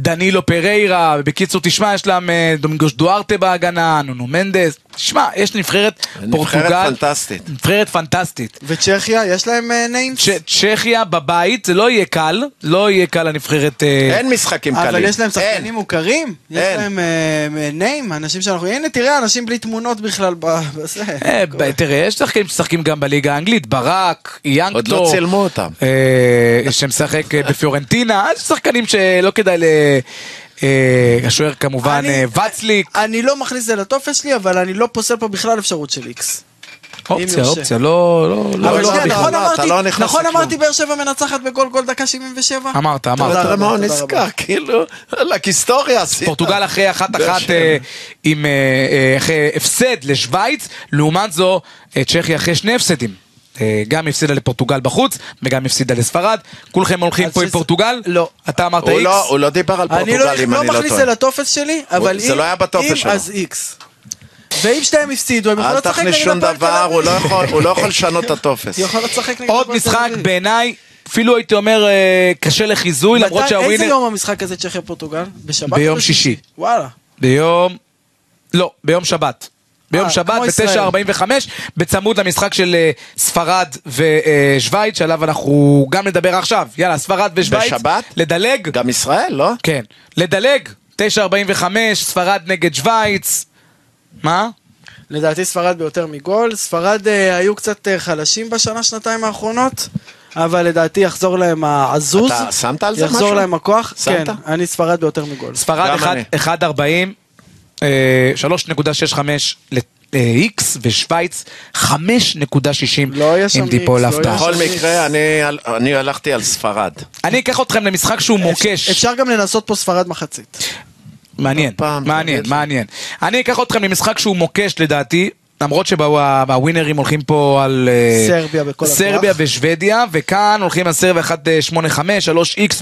Speaker 1: דנילו פריירה, בקיצור, תשמע, יש להם אה, דומינגוש דוארטה בהגנה, נונו מנדס, תשמע, יש נבחרת
Speaker 2: נבחרת
Speaker 1: פורטוגל.
Speaker 2: פנטסטית.
Speaker 1: נבחרת פנטסטית.
Speaker 4: וצ'כיה, יש להם אה, ניימס?
Speaker 1: צ'- צ'כיה בבית, זה לא יהיה קל, לא יהיה קל לנבחרת... אה,
Speaker 2: אין משחקים קלים.
Speaker 4: אבל יש להם
Speaker 2: אין.
Speaker 4: שחקנים מוכרים?
Speaker 2: אין.
Speaker 4: יש להם ניים? אנשים שאנחנו... הנה, תראה, אנשים בלי תמונות בכלל ב- בזה.
Speaker 1: אה, ב- תראה, יש שחקנים שמשחקים גם בליגה האנגלית, ברק, ינקטו.
Speaker 2: עוד לא צילמו אותם.
Speaker 1: אה, שמשחק אה, בפיורנטינה, אז יש שחקנים שלא כדאי ל... אה, השוער כמובן,
Speaker 4: אני-
Speaker 1: אה, וצליק,
Speaker 4: אני לא מכניס את זה לטופס שלי, אבל אני לא פוסל פה בכלל אפשרות של איקס.
Speaker 1: אופציה,
Speaker 4: יורשה.
Speaker 1: אופציה, לא, לא, לא,
Speaker 4: אבל
Speaker 1: לא,
Speaker 4: שנייה,
Speaker 1: לא,
Speaker 4: נכון
Speaker 2: לא, אתה לא
Speaker 4: אמרתי,
Speaker 2: נכנס
Speaker 4: נכון
Speaker 2: לכלום.
Speaker 4: אמרתי באר שבע מנצחת בגול גול דקה 77?
Speaker 1: אמרת, אמרת.
Speaker 2: אתה
Speaker 4: תודה
Speaker 2: יודע
Speaker 4: רבה,
Speaker 2: מה הוא
Speaker 4: תודה רבה.
Speaker 2: נזכר, כאילו, וואלכ, היסטוריה עשית.
Speaker 1: פורטוגל אחרי אחת
Speaker 2: באר
Speaker 1: אחת
Speaker 2: שבע.
Speaker 1: עם אה, אה, אחרי הפסד לשוויץ, לעומת זו אה, צ'כיה אחרי שני הפסדים. אה, גם הפסידה לפורטוגל בחוץ, וגם הפסידה לספרד. כולכם הולכים
Speaker 4: אז
Speaker 1: פה עם
Speaker 4: שזה-
Speaker 1: פורטוגל?
Speaker 4: לא.
Speaker 1: אתה אמרת
Speaker 2: הוא
Speaker 1: איקס?
Speaker 2: לא- הוא לא דיבר על
Speaker 4: אני לא,
Speaker 2: פורטוגל, אם
Speaker 4: לא
Speaker 2: אני לא
Speaker 4: מכניס את
Speaker 2: טועה.
Speaker 4: זה לטופס שלי, אבל
Speaker 2: זה
Speaker 4: אם,
Speaker 2: לא היה בטופס
Speaker 4: אם
Speaker 2: שלו.
Speaker 4: אז איקס. ואם שתיהם הפסידו, הם יכולים
Speaker 2: אל
Speaker 4: לשחק נגד
Speaker 2: תכניס
Speaker 4: הפועל תל
Speaker 2: שום
Speaker 4: אביב.
Speaker 2: דבר, הוא לא יכול- הוא לא יכול לשנות את הטופס.
Speaker 4: יכול לשחק נגד
Speaker 1: עוד
Speaker 4: הפועל תל
Speaker 1: משחק
Speaker 4: אביב.
Speaker 1: בעיניי, אפילו הייתי אומר אה, קשה לחיזוי, למרות
Speaker 4: מתי- איזה
Speaker 1: שהווינר...
Speaker 4: יום המשחק הזה צ'כיה פורטוגל? בשבת?
Speaker 1: ביום
Speaker 4: או בשישי?
Speaker 1: שישי.
Speaker 4: וואלה.
Speaker 1: ביום... לא, ביום שבת. ביום
Speaker 4: אה,
Speaker 1: שבת
Speaker 4: כמו ישראל.
Speaker 1: ב-9.45, בצמוד למשחק של אה, ספרד ושוויץ, שעליו אנחנו גם נדבר עכשיו. יאללה, ספרד ושוויץ.
Speaker 2: בשבת?
Speaker 1: לדלג.
Speaker 2: גם ישראל, לא?
Speaker 1: כן. לדלג, 9.45, ספרד נגד שוויץ. מה?
Speaker 4: לדעתי ספרד ביותר מגול. ספרד אה, היו קצת אה, חלשים בשנה, שנתיים האחרונות, אבל לדעתי יחזור להם העזוז.
Speaker 2: אתה שמת על זה
Speaker 4: יחזור
Speaker 2: משהו?
Speaker 4: להם הכוח.
Speaker 2: שמת?
Speaker 4: כן, אני ספרד ביותר מגול.
Speaker 1: ספרד
Speaker 2: גם
Speaker 1: אחד-
Speaker 2: אני.
Speaker 1: 1.40, אה, 3.65 ל-X, אה, ושוויץ 5.60,
Speaker 4: לא יהיה שם
Speaker 1: אם תיפול
Speaker 4: X, לא
Speaker 1: הפתעה.
Speaker 4: יהיה
Speaker 2: בכל
Speaker 4: שם
Speaker 2: מקרה, אני הל- אני הלכתי על ספרד.
Speaker 4: אה,
Speaker 1: אני אקח אתכם למשחק שהוא מוקש.
Speaker 4: אפשר גם לנסות פה ספרד מחצית.
Speaker 1: מעניין,
Speaker 2: פעם,
Speaker 1: מעניין,
Speaker 2: תגיד.
Speaker 1: מעניין. אני אקח אתכם למשחק שהוא מוקש לדעתי. למרות שהווינרים הולכים פה על... אה,
Speaker 4: סרביה בכל הכוח.
Speaker 1: סרביה ושוודיה, וכאן הולכים על סרביה 185, 3x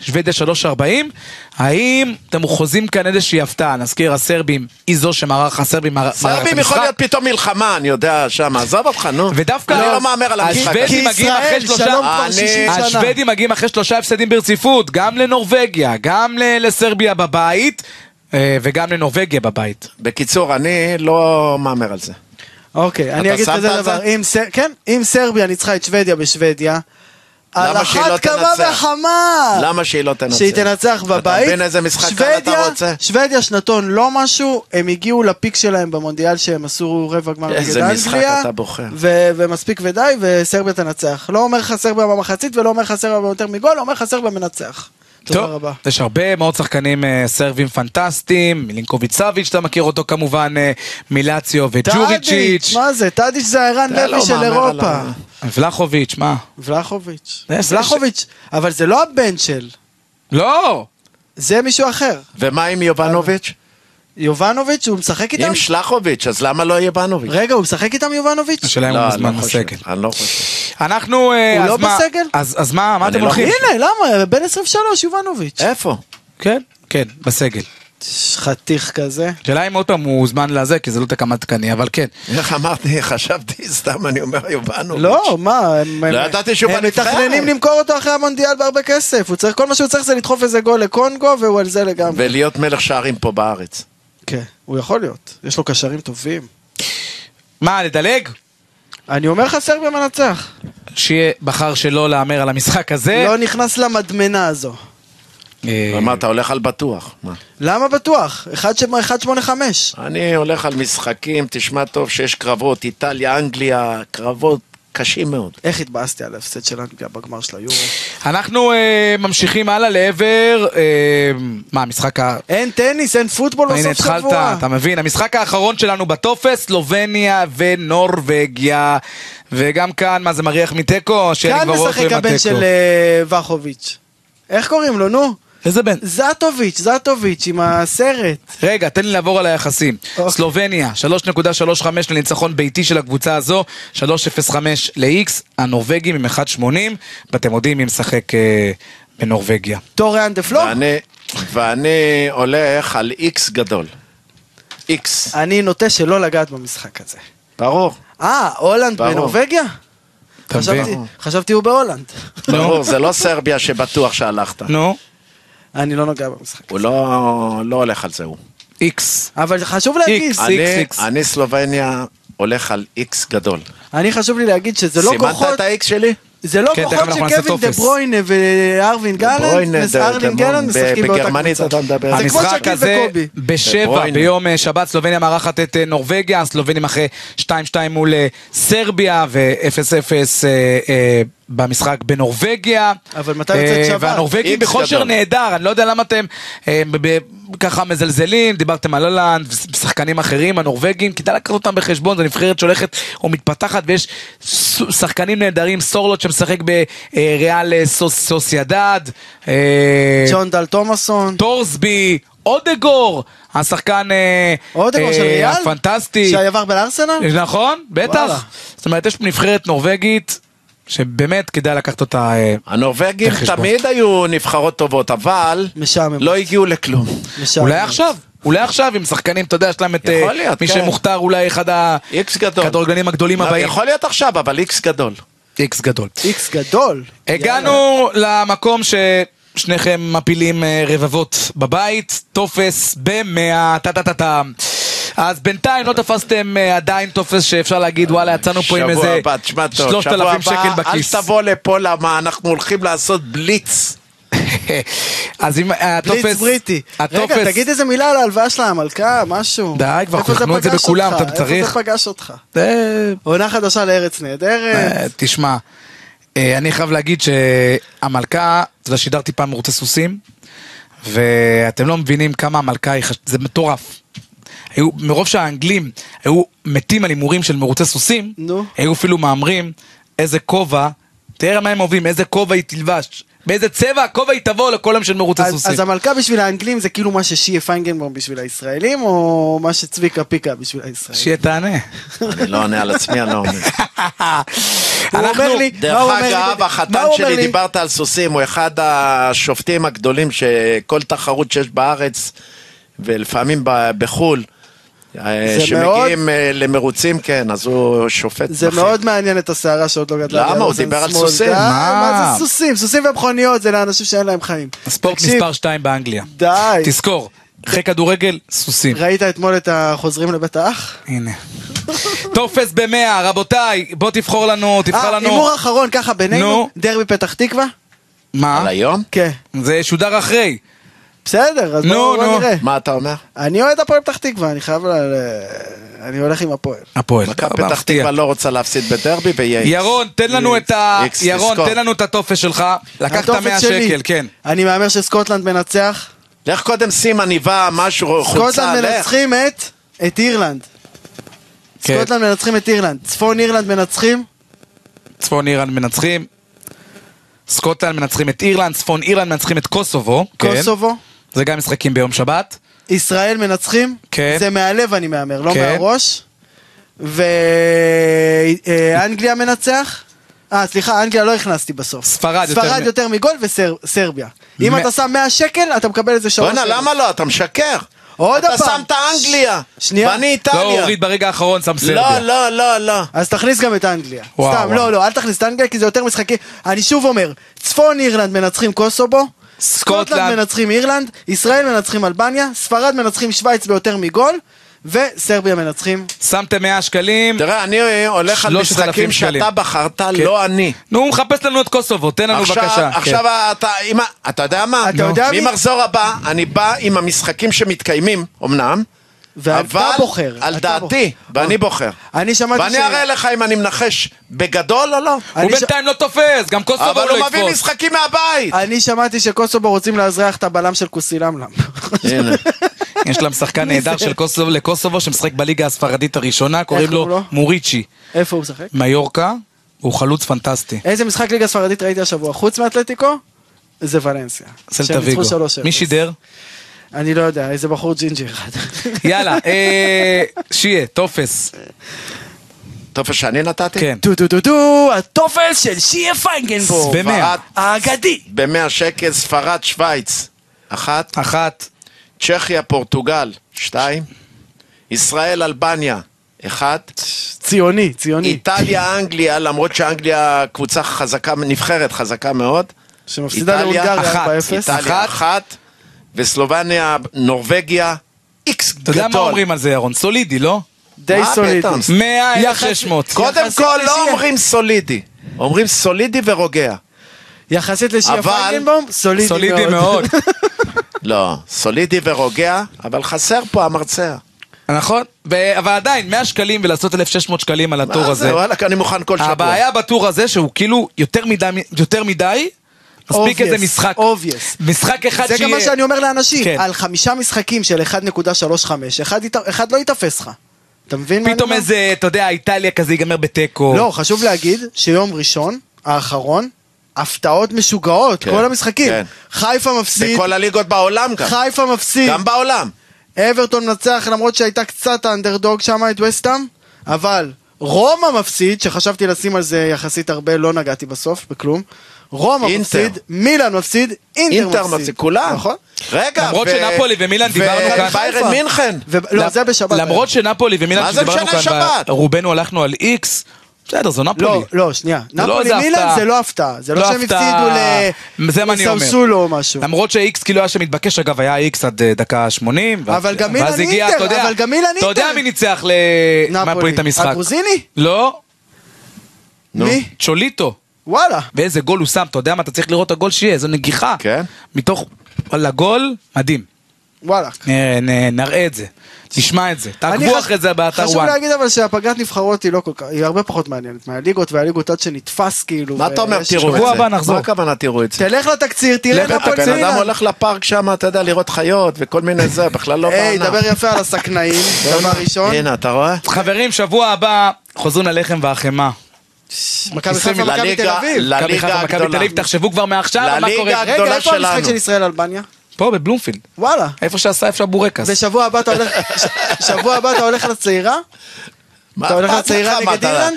Speaker 1: ושוודיה 340. האם אתם חוזים כאן איזושהי הפתעה? נזכיר, הסרבים היא זו שמארח, הסרבים מארח את המשחק.
Speaker 2: סרבים יכול להיות פתאום מלחמה, אני יודע, שם, עזוב אותך, נו.
Speaker 1: ודווקא
Speaker 2: אני
Speaker 1: אז-
Speaker 2: לא מהמר על המשחק.
Speaker 1: השוודים
Speaker 2: הזה.
Speaker 4: כי
Speaker 1: מגיעים אחרי
Speaker 4: ישראל,
Speaker 1: שלושה-
Speaker 4: שלום כבר
Speaker 2: אני-
Speaker 4: 60 שנה.
Speaker 1: השוודים מגיעים אחרי שלושה הפסדים ברציפות, גם לנורבגיה, גם ל- לסרביה בבית, אה, וגם לנורבגיה בבית.
Speaker 2: בקיצור, אני לא מהמר על זה.
Speaker 4: אוקיי, אני אגיד
Speaker 2: שמת
Speaker 4: כזה
Speaker 2: על
Speaker 4: דבר,
Speaker 2: זה?
Speaker 4: אם ס- כן, אם סרביה ניצחה את שוודיה בשוודיה, על
Speaker 2: למה שהיא לא
Speaker 4: אחת כמה
Speaker 2: תנצח?
Speaker 4: וכמה!
Speaker 2: למה שהיא לא תנצח?
Speaker 4: שהיא תנצח בבית,
Speaker 2: אתה מבין איזה משחק קל אתה
Speaker 4: שוודיה-
Speaker 2: רוצה?
Speaker 4: שוודיה שנתון לא משהו, הם הגיעו לפיק שלהם במונדיאל שהם עשו רבע גמר נגד
Speaker 2: איזה
Speaker 4: אנגליה,
Speaker 2: משחק אתה בוחר.
Speaker 4: ו- ומספיק ודי, וסרביה תנצח. לא אומר לך סרביה במחצית ולא אומר לך סרביה ביותר מגול, אומר לך סרביה מנצח. תודה רבה.
Speaker 1: יש הרבה מאוד שחקנים אה, סרבים פנטסטיים, מילינקוביץ' סאביץ', שאתה מכיר אותו כמובן, אה, מילציו וג'וריצ'יץ',
Speaker 4: טאדיץ', מה זה? טאדיץ' זה ערן
Speaker 2: אתה לא
Speaker 4: לוי של
Speaker 2: מהמר על
Speaker 4: אירופה.
Speaker 2: ה-
Speaker 1: ולחוביץ', מה?
Speaker 4: ולחוביץ'.
Speaker 1: זה- זה-
Speaker 4: ולחוביץ', אבל זה לא הבן של,
Speaker 1: לא!
Speaker 4: זה מישהו אחר.
Speaker 2: ומה עם יובנוביץ'?
Speaker 4: אה, יובנוביץ', הוא משחק איתם?
Speaker 2: אם שלחוביץ', אז למה לא יובנוביץ'?
Speaker 4: רגע, הוא משחק איתם יובנוביץ'?
Speaker 1: השאלה אם
Speaker 2: לא,
Speaker 1: הוא
Speaker 2: אני לא
Speaker 1: מוזמן
Speaker 2: חושב,
Speaker 1: לסגל.
Speaker 2: אני לא חושב.
Speaker 1: אנחנו... אה,
Speaker 4: הוא
Speaker 1: אז
Speaker 4: לא
Speaker 1: מה-
Speaker 4: בסגל?
Speaker 1: אז אז מה, מה
Speaker 2: אני
Speaker 1: אתם
Speaker 2: לא
Speaker 1: הולכים?
Speaker 4: הנה, למה? בן 23, יובנוביץ'.
Speaker 2: איפה?
Speaker 1: כן, כן, בסגל.
Speaker 4: חתיך כזה.
Speaker 1: השאלה אם עוד פעם הוא הוזמן לזה, כי זה לא תקמת תקני, אבל כן.
Speaker 2: איך אמרתי, חשבתי, סתם אני אומר יובנוביץ'.
Speaker 4: לא, מה, הם...
Speaker 2: לא
Speaker 4: הם-
Speaker 2: ידעתי שהוא
Speaker 4: הם
Speaker 2: בנבחרת.
Speaker 4: מתכננים למכור אותו אחרי המונדיאל בהרבה כסף. הוא צריך, כל מה שהוא צריך זה לדחוף איזה גול לקונגו, והוא על זה לגמרי.
Speaker 2: ולהיות מלך שערים פה בארץ.
Speaker 4: כן, הוא יכול להיות. יש לו קשרים טובים.
Speaker 1: מה, לדלג?
Speaker 4: אני אומר לך, סרביה מנצח.
Speaker 1: שיהיה בחר שלא להמר על המשחק הזה.
Speaker 4: לא נכנס למדמנה הזו.
Speaker 1: אה,
Speaker 2: ומה, אתה הולך על בטוח. מה?
Speaker 4: למה בטוח? 1.85.
Speaker 2: אני הולך על משחקים, תשמע טוב שיש קרבות, איטליה, אנגליה, קרבות קשים מאוד.
Speaker 4: איך התבאסתי על ההפסד של אנגליה בגמר של היורו.
Speaker 1: אנחנו אה, ממשיכים הלאה לעבר... אה, מה, המשחק ה...
Speaker 4: אין טניס, אין פוטבול
Speaker 1: הנה
Speaker 4: בסוף
Speaker 1: התחלת,
Speaker 4: לא, שבוע.
Speaker 1: אתה מבין? המשחק האחרון שלנו בטופס, סלובניה ונורבגיה. וגם כאן, מה זה מריח מתיקו? שאני
Speaker 4: כאן
Speaker 1: כבר רואה אותו
Speaker 4: משחק
Speaker 1: עם
Speaker 4: הבן
Speaker 1: התיקו.
Speaker 4: של אה, וכוביץ'. איך קוראים לו, נו?
Speaker 1: איזה בן?
Speaker 4: זטוביץ', זטוביץ', עם הסרט.
Speaker 1: רגע, תן לי לעבור על היחסים.
Speaker 4: אוקיי.
Speaker 1: סלובניה, 3.35 לניצחון ביתי של הקבוצה הזו, 3.05 ל-X, הנורבגים עם 1.80, ואתם יודעים מי משחק אה, בנורבגיה.
Speaker 4: טוריאן דה פלו?
Speaker 2: ואני, ואני הולך על איקס גדול. איקס,
Speaker 4: אני נוטה שלא לגעת במשחק הזה.
Speaker 2: ברור,
Speaker 4: אה, הולנד
Speaker 2: ברור.
Speaker 4: בנורבגיה?
Speaker 1: אתה מבין?
Speaker 4: חשבתי- חשבתי הוא בהולנד.
Speaker 1: נו.
Speaker 2: ברור, זה לא סרביה שבטוח לא שהלכת.
Speaker 1: נו,
Speaker 4: אני לא נוגע במשחק.
Speaker 2: הוא לא, לא הולך על זה הוא.
Speaker 1: איקס.
Speaker 4: אבל חשוב להגיד,
Speaker 1: איקס.
Speaker 2: אני,
Speaker 1: איקס.
Speaker 2: אני סלובניה הולך על איקס גדול.
Speaker 4: אני חשוב לי להגיד שזה לא
Speaker 2: סימנת
Speaker 4: כוחות,
Speaker 2: את האיקס שלי?
Speaker 4: זה לא
Speaker 1: כן, תכף
Speaker 4: כוחות
Speaker 1: אנחנו נעשה
Speaker 4: שקווין דה
Speaker 1: טופס.
Speaker 4: ברוינה וארווין גלנט,
Speaker 2: ברוינה,
Speaker 4: מס-
Speaker 2: דה-
Speaker 4: ארווין
Speaker 2: דמון,
Speaker 4: גלנט
Speaker 2: ב-
Speaker 4: משחקים באותה
Speaker 2: בגרמנית
Speaker 4: קבוצה.
Speaker 2: אתה מדבר.
Speaker 4: זה כמו
Speaker 1: המשחק
Speaker 4: שקיל
Speaker 1: הזה
Speaker 4: וקובי.
Speaker 1: בשבע,
Speaker 2: וברויינה.
Speaker 1: ביום אה, שבת סלובניה מארחת את אה, נורבגיה, הסלובנים אחרי 2-2 מול אה, סרביה ו-0-0 במשחק בנורבגיה.
Speaker 4: אבל מתי יוצאת
Speaker 1: אה,
Speaker 4: שבת?
Speaker 1: והנורבגים
Speaker 2: איקס
Speaker 1: בכושר
Speaker 2: גדול.
Speaker 1: נהדר, אני לא יודע למה אתם אה, ב- ב- ככה מזלזלים, דיברתם על הולנד ושחקנים אחרים, הנורבגים, כדאי לקחת אותם בחשבון, זו נבחרת שהולכת או מתפתחת ויש ס- שחקנים נהדרים, סורלוט שמשחק אה, בריאל סוסיידד. אה,
Speaker 4: ג'ון דל תומאסון.
Speaker 1: טורסבי, אודגור, השחקן אה,
Speaker 4: אודגור של
Speaker 1: אה,
Speaker 4: ריאל?
Speaker 1: הפנטסטי.
Speaker 4: שעבר בארסנל?
Speaker 1: נכון,
Speaker 4: וואלה.
Speaker 1: בטח. זאת אומרת, יש פה נבחרת נורבגית, שבאמת כדאי לקחת אותה... אה,
Speaker 2: הנורבגים
Speaker 1: בחשבון.
Speaker 2: תמיד היו נבחרות טובות, אבל
Speaker 4: משעמם.
Speaker 2: לא הגיעו לכלום.
Speaker 4: משעמם.
Speaker 1: אולי עכשיו, אולי עכשיו עם שחקנים, אתה יודע, יש להם את אה,
Speaker 2: יכול להיות,
Speaker 1: מי
Speaker 2: כן.
Speaker 1: שמוכתר אולי אחד
Speaker 2: איקס גדול.
Speaker 1: הכדורגלנים הגדולים
Speaker 2: לא,
Speaker 1: הבאים.
Speaker 2: יכול להיות עכשיו, אבל איקס גדול.
Speaker 1: איקס גדול.
Speaker 4: איקס גדול.
Speaker 1: הגענו למקום ששניכם מפילים אה, רבבות בבית, טופס במאה, טה טה טה טה. אז בינתיים לא תפסתם אה, עדיין טופס שאפשר להגיד וואלה יצאנו פה עם
Speaker 2: שבוע
Speaker 1: איזה
Speaker 2: הבא, תשמע טוב,
Speaker 1: 3,000
Speaker 2: שבוע
Speaker 1: שקל
Speaker 2: הבא,
Speaker 1: בכיס.
Speaker 2: אל תבוא לפה למה אנחנו הולכים לעשות בליץ.
Speaker 1: אז אם אה, הטופס...
Speaker 4: בליץ בריטי. רגע,
Speaker 1: הטופס-
Speaker 4: תגיד איזה מילה על ההלוואה של ההמלכה, משהו.
Speaker 1: די, כבר
Speaker 4: איפה זה
Speaker 1: חכנו את זה
Speaker 4: פגש
Speaker 1: בכולם,
Speaker 4: אותך?
Speaker 1: אתה צריך.
Speaker 4: איפה זה פגש אותך?
Speaker 1: אה,
Speaker 4: עונה חדשה לארץ נהדרת.
Speaker 1: אה, תשמע, אה, אני חייב להגיד שהמלכה, אתה יודע, שידרתי פעם מורתי סוסים, ואתם לא מבינים כמה המלכה היא חש... זה מטורף. היו, מרוב שהאנגלים היו מתים על הימורים של מרותי סוסים,
Speaker 4: נו.
Speaker 1: היו אפילו מהמרים איזה כובע, תאר מה הם אוהבים, איזה כובע היא תלבש, באיזה צבע הכובע היא תבוא לכל יום של מרותי
Speaker 4: אז,
Speaker 1: סוסים.
Speaker 4: אז המלכה בשביל האנגלים זה כאילו מה ששיה פיינגנבום בשביל הישראלים, או מה שצביקה פיקה בשביל הישראלים?
Speaker 1: שיהיה תענה.
Speaker 2: אני לא עונה על עצמי, אני לא עונה.
Speaker 4: הוא
Speaker 1: אנחנו-
Speaker 4: אומר לי, מה הוא
Speaker 2: דרך
Speaker 4: אומר לי?
Speaker 2: אגב,
Speaker 4: מה
Speaker 2: החתן
Speaker 4: הוא אומר
Speaker 2: שלי,
Speaker 4: לי?
Speaker 2: דיברת על סוסים, הוא אחד השופטים הגדולים שכל תחרות שיש בארץ, ולפעמים ב- בחו"ל, אה,
Speaker 4: זה
Speaker 2: שמגיעים אה, למרוצים, כן, אז הוא שופט.
Speaker 4: זה
Speaker 2: בכיר.
Speaker 4: מאוד מעניין את הסערה שעוד לא גדלה.
Speaker 2: למה?
Speaker 4: לי על
Speaker 2: הוא
Speaker 4: האוזן
Speaker 2: דיבר על
Speaker 4: שמאל.
Speaker 2: סוסים.
Speaker 4: די,
Speaker 1: מה?
Speaker 4: מה זה סוסים? סוסים ומכוניות זה לאנשים שאין להם חיים.
Speaker 1: ספורט
Speaker 4: תקשיב,
Speaker 1: מספר 2 באנגליה.
Speaker 4: די.
Speaker 1: תזכור, אחרי כדורגל, סוסים.
Speaker 4: ראית אתמול את החוזרים לבית האח?
Speaker 1: הנה. טופס במאה, רבותיי, בוא תבחור לנו, תבחר
Speaker 4: אה,
Speaker 1: לנו.
Speaker 4: הימור אחרון ככה בינינו,
Speaker 1: נו.
Speaker 4: דרבי פתח תקווה?
Speaker 1: מה?
Speaker 2: על היום?
Speaker 4: כן.
Speaker 1: זה שודר אחרי.
Speaker 4: בסדר, אז
Speaker 1: נו,
Speaker 4: בואו בואו
Speaker 1: נו.
Speaker 4: נראה.
Speaker 2: מה אתה אומר?
Speaker 4: אני אוהד הפועל פתח תקווה, אני חייב ל... ל- אני הולך עם הפועל.
Speaker 1: הפועל.
Speaker 2: מכבי
Speaker 1: טוב,
Speaker 2: פתח
Speaker 1: מפתיע.
Speaker 2: תקווה לא רוצה להפסיד בדרבי, ויהיה איקס.
Speaker 1: ירון, תן לנו את ה...
Speaker 2: איקס,
Speaker 1: ירון,
Speaker 2: תזכור.
Speaker 1: תן לנו את הטופס שלך. לקחת
Speaker 4: הטופס
Speaker 1: 100
Speaker 4: שלי.
Speaker 1: שקל, כן.
Speaker 4: אני מהמר שסקוטלנד מנצח.
Speaker 2: לך קודם שים עניבה, משהו, חולצה,
Speaker 4: סקוטלנד
Speaker 2: לך.
Speaker 4: מנצחים את... את אירלנד.
Speaker 1: כן.
Speaker 4: סקוטלנד מנצחים את אירלנד. צפון אירלנד מנצחים.
Speaker 1: צפון אירלנד מנצחים. סקוטלנד מנצחים את אירלנד, צפון אירלנד מנצחים את קוסובו. כן.
Speaker 4: קוסובו.
Speaker 1: זה גם משחקים ביום שבת.
Speaker 4: ישראל מנצחים.
Speaker 1: כן.
Speaker 4: זה מהלב אני מהמר, לא
Speaker 1: כן.
Speaker 4: מהראש. ואנגליה מנצח. אה, סליחה, אנגליה לא הכנסתי בסוף.
Speaker 1: ספרד יותר
Speaker 4: ספרד
Speaker 1: מ-
Speaker 4: יותר מגול וסרביה. אם
Speaker 1: מ-
Speaker 4: אתה שם 100 שקל, אתה מקבל איזה שלוש.
Speaker 2: בוא'נה,
Speaker 4: שקל.
Speaker 2: למה לא? אתה משקר.
Speaker 4: עוד
Speaker 2: אתה
Speaker 4: הפעם.
Speaker 2: שמת אנגליה.
Speaker 4: ש- שנייה.
Speaker 2: ואני
Speaker 1: לא,
Speaker 2: איטליה.
Speaker 1: הוא הוריד ברגע האחרון, שם
Speaker 2: לא,
Speaker 1: סרביה.
Speaker 2: לא, לא, לא.
Speaker 4: אז תכניס גם את אנגליה.
Speaker 1: וואו,
Speaker 4: סתם,
Speaker 1: וואו.
Speaker 4: לא, לא, אל תכניס את אנגליה, כי זה יותר משחקי... אני שוב אומר, צפון אירלנד מנצחים קוסובו,
Speaker 1: סקוטלנד.
Speaker 4: סקוטלנד מנצחים אירלנד, ישראל מנצחים אלבניה, ספרד מנצחים שווייץ ביותר מגול, וסרביה מנצחים...
Speaker 1: שמתם 100 שקלים.
Speaker 2: תראה, אני הולך על
Speaker 1: 3,000
Speaker 2: משחקים
Speaker 1: שקלים.
Speaker 2: שאתה בחרת,
Speaker 1: כן.
Speaker 2: לא אני.
Speaker 1: נו, הוא מחפש לנו את קוסובו, תן לנו
Speaker 2: עכשיו,
Speaker 1: בבקשה. כן.
Speaker 2: עכשיו אתה, אם, אתה יודע מה?
Speaker 4: אתה יודע מי-
Speaker 2: ממחזור הבא, אני בא עם המשחקים שמתקיימים, אמנם,
Speaker 4: ואתה
Speaker 2: אבל
Speaker 4: בוחר.
Speaker 2: על
Speaker 4: אתה
Speaker 2: דעתי,
Speaker 4: בוחר.
Speaker 2: ואני בוחר.
Speaker 4: אני שמעתי
Speaker 2: ואני אראה לך אם אני מנחש בגדול או לא.
Speaker 1: הוא
Speaker 4: אני ש-
Speaker 1: בינתיים לא תופס, גם קוסובו
Speaker 2: אבל
Speaker 1: הוא
Speaker 2: הוא
Speaker 1: לא
Speaker 2: מביא
Speaker 1: יתפוס.
Speaker 2: משחקים מהבית.
Speaker 4: אני שמעתי שקוסובו רוצים לאזרח את הבלם של כוסילמלם.
Speaker 2: הנה.
Speaker 1: יש להם שחקן נהדר של קוסובו לקוסובו שמשחק בליגה הספרדית הראשונה, קוראים
Speaker 4: קוראים לו?
Speaker 1: לו מוריצ'י,
Speaker 4: איפה הוא משחק?
Speaker 1: מיורקה, הוא חלוץ פנטסטי.
Speaker 4: איזה משחק ליגה ספרדית ראיתי השבוע? חוץ מאתלטיקו? זה ולנסיה.
Speaker 1: סלטה
Speaker 4: שהם ניצחו
Speaker 1: ויגו.
Speaker 4: 3-0.
Speaker 1: מי שידר?
Speaker 4: אני לא יודע, איזה בחור ג'ינג'י אחד.
Speaker 1: יאללה, אה, שיהיה, טופס.
Speaker 2: טופס שאני נתתי?
Speaker 1: כן.
Speaker 4: טו טו טו טו, הטופס של שיה פיינגנבורג.
Speaker 1: במאה.
Speaker 2: ספרד
Speaker 4: האגדי.
Speaker 2: ב-100 שקל, ספרד, שווייץ, אחת,
Speaker 1: אחת,
Speaker 2: צ'כיה, פורטוגל, שתיים, ישראל, אלבניה, אחת,
Speaker 4: ציוני, ציוני.
Speaker 2: איטליה, אנגליה, למרות שאנגליה קבוצה חזקה, נבחרת חזקה מאוד,
Speaker 4: שמפסידה
Speaker 2: איטליה,
Speaker 4: להונגריה
Speaker 1: אחת,
Speaker 4: 4-0.
Speaker 1: איטליה.
Speaker 2: איטליה אחת, וסלובניה, נורבגיה, איקס גדול.
Speaker 1: אתה יודע מה אומרים על זה, ירון? סולידי, לא?
Speaker 4: די
Speaker 2: מה
Speaker 4: סולידי.
Speaker 2: פתאום?
Speaker 1: 100,600.
Speaker 2: קודם
Speaker 4: יחסית
Speaker 2: כל
Speaker 4: לשיר.
Speaker 2: לא אומרים סולידי, אומרים סולידי ורוגע.
Speaker 4: יחסית לשיעה
Speaker 2: אבל-
Speaker 4: פייגנבום, סולידי,
Speaker 1: סולידי מאוד.
Speaker 2: לא, סולידי ורוגע, אבל חסר פה המרצע.
Speaker 1: נכון? ו- אבל עדיין, 100 שקלים ולעשות 1,600 שקלים על הטור
Speaker 2: מה
Speaker 1: הזה.
Speaker 2: זה, וואלכ, אני מוכן כל שבוע.
Speaker 1: הבעיה בטור הזה שהוא כאילו יותר מדי, יותר מדי, מספיק
Speaker 4: Obvious,
Speaker 1: איזה משחק.
Speaker 4: obvious.
Speaker 1: משחק אחד
Speaker 4: זה
Speaker 1: שיהיה.
Speaker 4: גם מה שאני אומר לאנשים,
Speaker 1: כן.
Speaker 4: על חמישה משחקים של 1.35, אחד ית- אחד לא ייתפס לך. אתה מבין מה אני
Speaker 1: פתאום
Speaker 4: אומר?
Speaker 1: איזה, אתה יודע, איטליה כזה ייגמר בתיקו.
Speaker 4: לא, חשוב להגיד שיום ראשון, האחרון, הפתעות משוגעות,
Speaker 2: כן,
Speaker 4: כל המשחקים.
Speaker 2: כן.
Speaker 4: חיפה מפסיד,
Speaker 2: בכל הליגות בעולם גם.
Speaker 4: חיפה מפסיד,
Speaker 2: גם בעולם.
Speaker 4: אברטון מנצח למרות שהייתה קצת האנדרדוג שם את וסטאם, אבל רומא מפסיד, שחשבתי לשים על זה יחסית הרבה, לא נגעתי בסוף, בכלום. רומא
Speaker 2: אינטר.
Speaker 4: מפסיד, מילאן מפסיד, אינטר,
Speaker 2: אינטר מפסיד, כולם.
Speaker 4: נכון.
Speaker 2: רגע,
Speaker 1: למרות
Speaker 2: ו-
Speaker 1: שנפולי ומילאן דיברנו כאן.
Speaker 2: וביירן
Speaker 4: חיפה.
Speaker 2: מינכן.
Speaker 4: ו... לא,
Speaker 1: אה, למ-
Speaker 4: זה בשבת.
Speaker 1: למרות שנפולי ומילאן
Speaker 2: מה זה
Speaker 1: שדיברנו
Speaker 2: משנה
Speaker 1: כאן,
Speaker 2: שבת?
Speaker 1: ב- רובנו הלכנו על איקס, בסדר, זו נפולי.
Speaker 4: לא, לא, שנייה.
Speaker 1: זה לא
Speaker 4: נפולי
Speaker 1: איזה
Speaker 4: מילאן
Speaker 1: הפתעה.
Speaker 4: זה לא הפתעה. זה לא
Speaker 1: לא
Speaker 4: שהם הפסידו
Speaker 1: הפתעה. זה מה
Speaker 4: ל...
Speaker 1: אני אומר.
Speaker 4: לסרסולו או משהו.
Speaker 1: למרות שאיקס כאילו היה שמתבקש, אגב, היה איקס עד אה, דקה 80.
Speaker 4: אבל גם מילאן אינטר, אבל גם מילאן
Speaker 1: אתה יודע
Speaker 4: אינטר.
Speaker 1: מי ניצח
Speaker 4: נפולי.
Speaker 1: לנפולי את המשחק.
Speaker 4: הגרוזיני?
Speaker 1: לא,
Speaker 2: נו.
Speaker 4: מי?
Speaker 1: צ'וליטו.
Speaker 4: וואלה.
Speaker 1: ואיזה גול הוא שם, אתה יודע מה, אתה צריך לראות את הגול שיהיה, איזו נגיחה.
Speaker 2: כן.
Speaker 1: מתוך, וואלה, גול, מדהים.
Speaker 4: וואלה.
Speaker 1: נ- נ- נראה את זה, נשמע את זה,
Speaker 4: אני
Speaker 1: תעקבו
Speaker 4: חש-
Speaker 1: אה, אחרי זה באתר
Speaker 4: חשוב
Speaker 1: וואן.
Speaker 4: להגיד אבל שהפגרת נבחרות היא לא כל כך, היא הרבה פחות מעניינת מהליגות והליגות עד שנתפס כאילו.
Speaker 2: מה אתה אומר,
Speaker 4: ויש-
Speaker 2: תראו אוקיי, את זה?
Speaker 1: שבוע הבא נחזור.
Speaker 2: מה הכוונה תראו את זה?
Speaker 4: תלך לתקציר, תראה
Speaker 1: לך,
Speaker 4: נפולי
Speaker 2: הבן
Speaker 4: מילאן.
Speaker 2: אדם הולך לפארק שם, אתה יודע, לראות חיות וכל מיני זה, בכלל לא
Speaker 4: היי,
Speaker 2: בענף.
Speaker 4: דבר יפה על הסכנאים, דבר ראשון.
Speaker 2: הנה, אתה רואה?
Speaker 1: חברים, שבוע הבא חוזרים ללחם והחמאה.
Speaker 4: מכבי
Speaker 1: עשרים
Speaker 4: חיפה, מכבי
Speaker 2: לליגה-
Speaker 4: תל אביב.
Speaker 2: לליגה
Speaker 1: מכבי חיפה, מכבי
Speaker 2: הגדולה.
Speaker 1: תל אביב, תחשבו כבר מעכשיו על מה
Speaker 2: לליגה
Speaker 1: קורה.
Speaker 2: הגדולה.
Speaker 4: רגע, איפה המשחק
Speaker 2: שלנו.
Speaker 4: של ישראל אלבניה?
Speaker 1: פה, בבלומפילד.
Speaker 4: וואלה.
Speaker 1: איפה שעשה אפשר בורקס.
Speaker 4: בשבוע הבא אתה הולך, ש- שבוע הבא אתה הולך לצעירה?
Speaker 2: מה
Speaker 4: אתה הולך
Speaker 2: אכפת
Speaker 4: לצעירה
Speaker 2: לך?
Speaker 4: נגד
Speaker 2: מה אתה-
Speaker 4: אירלנד?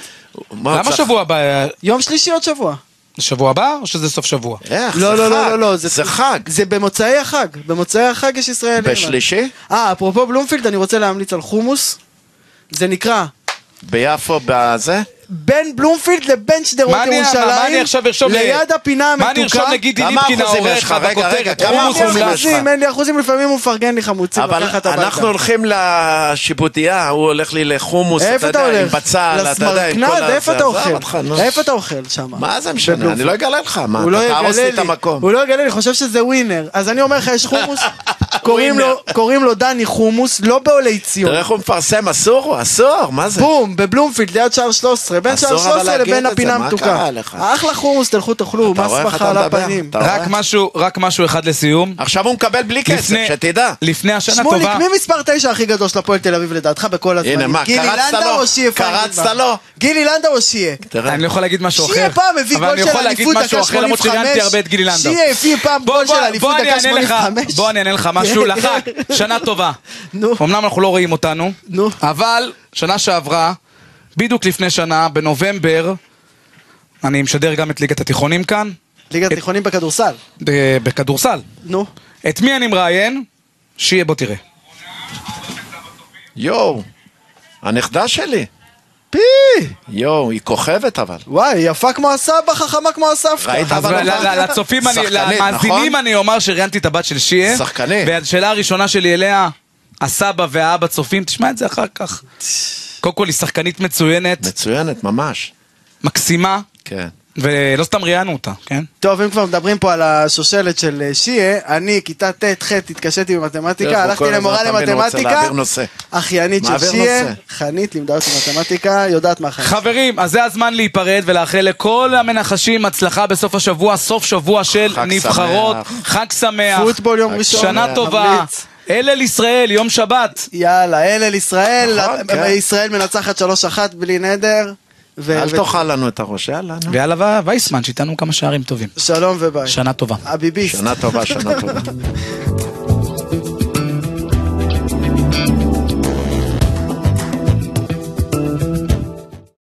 Speaker 2: מה
Speaker 1: למה
Speaker 2: צריך-
Speaker 1: שבוע הבא? אה,
Speaker 4: יום שלישי עוד שבוע.
Speaker 1: שבוע הבא או שזה סוף שבוע?
Speaker 2: איך?
Speaker 4: לא,
Speaker 2: אה, זה
Speaker 4: לא, לא,
Speaker 2: חג.
Speaker 4: לא, לא, זה-
Speaker 2: זה חג.
Speaker 4: זה במוצאי החג, במוצאי החג יש ישראל אירלנד.
Speaker 2: בשלישי?
Speaker 4: אה, אפרופו בלומפילד, אני רוצה להמליץ על חומוס. זה נקרא
Speaker 2: ביפו, בזה?
Speaker 4: בין בלומפילד לבין
Speaker 1: מה
Speaker 4: שדרות
Speaker 1: אני- מה-
Speaker 4: ירושלים,
Speaker 1: מה אני עכשיו ארשום? ל-
Speaker 4: ליד הפינה
Speaker 1: מה אני
Speaker 4: המתוקה.
Speaker 1: ארשום לגידי
Speaker 2: כמה
Speaker 1: ליפקין
Speaker 2: אחוזים
Speaker 1: העורך
Speaker 2: יש לך? רגע, רגע,
Speaker 1: בכותרת?
Speaker 2: כמה
Speaker 4: אין
Speaker 1: חומוס
Speaker 4: לי
Speaker 2: אחוזים
Speaker 1: מומלץ.
Speaker 2: יש לך?
Speaker 4: אחוזים, אין לי אחוזים, לפעמים הוא מפרגן לי חמוצים
Speaker 2: אבל
Speaker 4: לקחת
Speaker 2: אנחנו לא
Speaker 4: הביתה.
Speaker 2: הולכים לשיפוטיה, הוא הולך לי לחומוס, אתה
Speaker 4: איפה אתה
Speaker 2: יודע, עם
Speaker 4: הולך?
Speaker 2: בצל, אתה יודע, עם כל
Speaker 4: לסמרקנד,
Speaker 2: הזה.
Speaker 4: איפה אתה
Speaker 2: עזוב
Speaker 4: אוכל?
Speaker 2: אותך, נו.
Speaker 4: איפה אתה אוכל שם?
Speaker 2: מה זה משנה?
Speaker 4: בבלומפילד.
Speaker 2: אני לא אגלה לך, מה?
Speaker 4: הוא לא
Speaker 2: אתה תהרוס לי
Speaker 4: יגלה
Speaker 2: את
Speaker 4: לי,
Speaker 2: המקום.
Speaker 4: הוא לא יגלה לי, אני חושב שזה ווינר. אז אני אומר לך, יש חומוס, קוראים לו-
Speaker 2: ווינר.
Speaker 4: קוראים לו דני חומוס, לא בעולי ציון.
Speaker 2: תראה איך הוא מפרסם, אסור הוא? אסור, מה זה?
Speaker 4: בום, בבלומפילד, ליד שער 13, בין
Speaker 2: אסור
Speaker 4: שער
Speaker 2: אבל
Speaker 4: 13
Speaker 2: להגיד
Speaker 4: לבין
Speaker 2: את זה,
Speaker 4: הפינה
Speaker 2: מה
Speaker 4: המתוקה.
Speaker 2: קרה לך?
Speaker 4: אחלה חומוס, תלכו תאכלו,
Speaker 2: אתה
Speaker 4: מס
Speaker 2: רואה איך
Speaker 4: בכה
Speaker 2: אתה
Speaker 4: על
Speaker 2: מדבר?
Speaker 4: הפנים.
Speaker 2: אתה
Speaker 1: רק
Speaker 2: רואה?
Speaker 1: משהו, רק משהו אחד לסיום.
Speaker 2: עכשיו הוא מקבל בלי כסף,
Speaker 1: לפני-
Speaker 2: שתדע.
Speaker 1: לפני השנה
Speaker 4: שמוליק,
Speaker 1: טובה.
Speaker 4: מי מספר 9 הכי גדול של הפועל תל אביב לדעתך בכל הזמנים?
Speaker 2: מה,
Speaker 4: גילי
Speaker 2: קרצת
Speaker 4: לנדאו
Speaker 2: לו?
Speaker 4: או שיה
Speaker 2: קרצת
Speaker 4: פייגלבאום?
Speaker 2: לו?
Speaker 4: גילי לנדאו או שיה?
Speaker 2: תראה.
Speaker 1: אני לא יכול להגיד משהו אחר.
Speaker 4: שיהיה פעם הביא
Speaker 1: אבל
Speaker 4: גול
Speaker 1: אני
Speaker 4: של
Speaker 1: יכול להגיד
Speaker 4: אליפות
Speaker 1: משהו
Speaker 4: דקה
Speaker 1: אחר, למרות
Speaker 4: 85.
Speaker 1: שראיינתי הרבה את גילי לנדאו.
Speaker 4: שיהיה הביא פעם
Speaker 1: בוא,
Speaker 4: גול של
Speaker 1: בוא,
Speaker 4: אליפות
Speaker 1: בוא אני
Speaker 4: דקה
Speaker 1: אענה לך,
Speaker 4: 85.
Speaker 1: בוא אני אענה לך משהו
Speaker 4: כן.
Speaker 1: לחג, שנה טובה.
Speaker 4: נו.
Speaker 1: אמנם אנחנו לא רואים אותנו,
Speaker 4: נו.
Speaker 1: אבל שנה שעברה, בדיוק לפני שנה, בנובמבר, אני משדר גם את ליגת התיכונים כאן,
Speaker 4: ליגת התיכונים בכדורסל.
Speaker 1: אה, בכדורסל.
Speaker 4: נו.
Speaker 1: את מי אני מראיין? שיהיה בוא תראה.
Speaker 2: יואו, הנכדה שלי.
Speaker 4: פי!
Speaker 2: יואו, היא כוכבת אבל.
Speaker 4: וואי, יפה כמו הסבא, חכמה כמו הסבתא.
Speaker 2: ראית,
Speaker 1: אז
Speaker 2: אבל
Speaker 1: ל-
Speaker 2: אמרת-
Speaker 1: ל- לצופים, אני-
Speaker 2: שחקנית,
Speaker 1: למאזינים
Speaker 2: נכון?
Speaker 1: אני אומר שראיינתי את הבת של שיה.
Speaker 2: שחקנית.
Speaker 1: והשאלה הראשונה שלי אליה, הסבא והאבא צופים, תשמע את זה אחר כך. קודם כל היא שחקנית מצוינת,
Speaker 2: מצוינת, ממש.
Speaker 1: מקסימה,
Speaker 2: כן.
Speaker 1: ולא סתם ראיינו אותה, כן?
Speaker 4: טוב, אם כבר מדברים פה על השושלת של אה, שיה, אני, כיתה ט'-ח' התקשתי
Speaker 2: איך
Speaker 4: במתמטיקה,
Speaker 2: הוא
Speaker 4: הלכתי
Speaker 2: כל הזמן
Speaker 4: למורה
Speaker 2: תמיד רוצה
Speaker 4: למתמטיקה,
Speaker 2: להעביר נושא.
Speaker 4: אחיינית של
Speaker 2: מעביר
Speaker 4: שיה,
Speaker 2: נושא.
Speaker 4: חנית לימדה אותי מתמטיקה, יודעת מה חנית.
Speaker 1: חברים, אז זה הזמן להיפרד ולאחל לכל המנחשים הצלחה בסוף השבוע, סוף שבוע של
Speaker 2: חג
Speaker 1: נבחרות.
Speaker 2: שמח.
Speaker 1: חג שמח.
Speaker 4: פוטבול יום
Speaker 2: חג
Speaker 4: ראשון.
Speaker 1: שנה
Speaker 2: שמח.
Speaker 1: טובה.
Speaker 4: ממליץ.
Speaker 1: אל ישראל, יום שבת.
Speaker 4: יאללה, אל אל ישראל,
Speaker 2: נכון,
Speaker 4: אה,
Speaker 2: כן.
Speaker 4: ישראל מנצחת 3-1 בלי נדר. ו-
Speaker 2: אל
Speaker 4: אה, ו-
Speaker 2: תאכל לנו את הראש, יאללה, נו.
Speaker 1: ויאללה וייסמן, שייתנו כמה שערים טובים.
Speaker 4: שלום וביי.
Speaker 1: שנה טובה.
Speaker 4: הביביסט.
Speaker 2: שנה טובה, שנה טובה.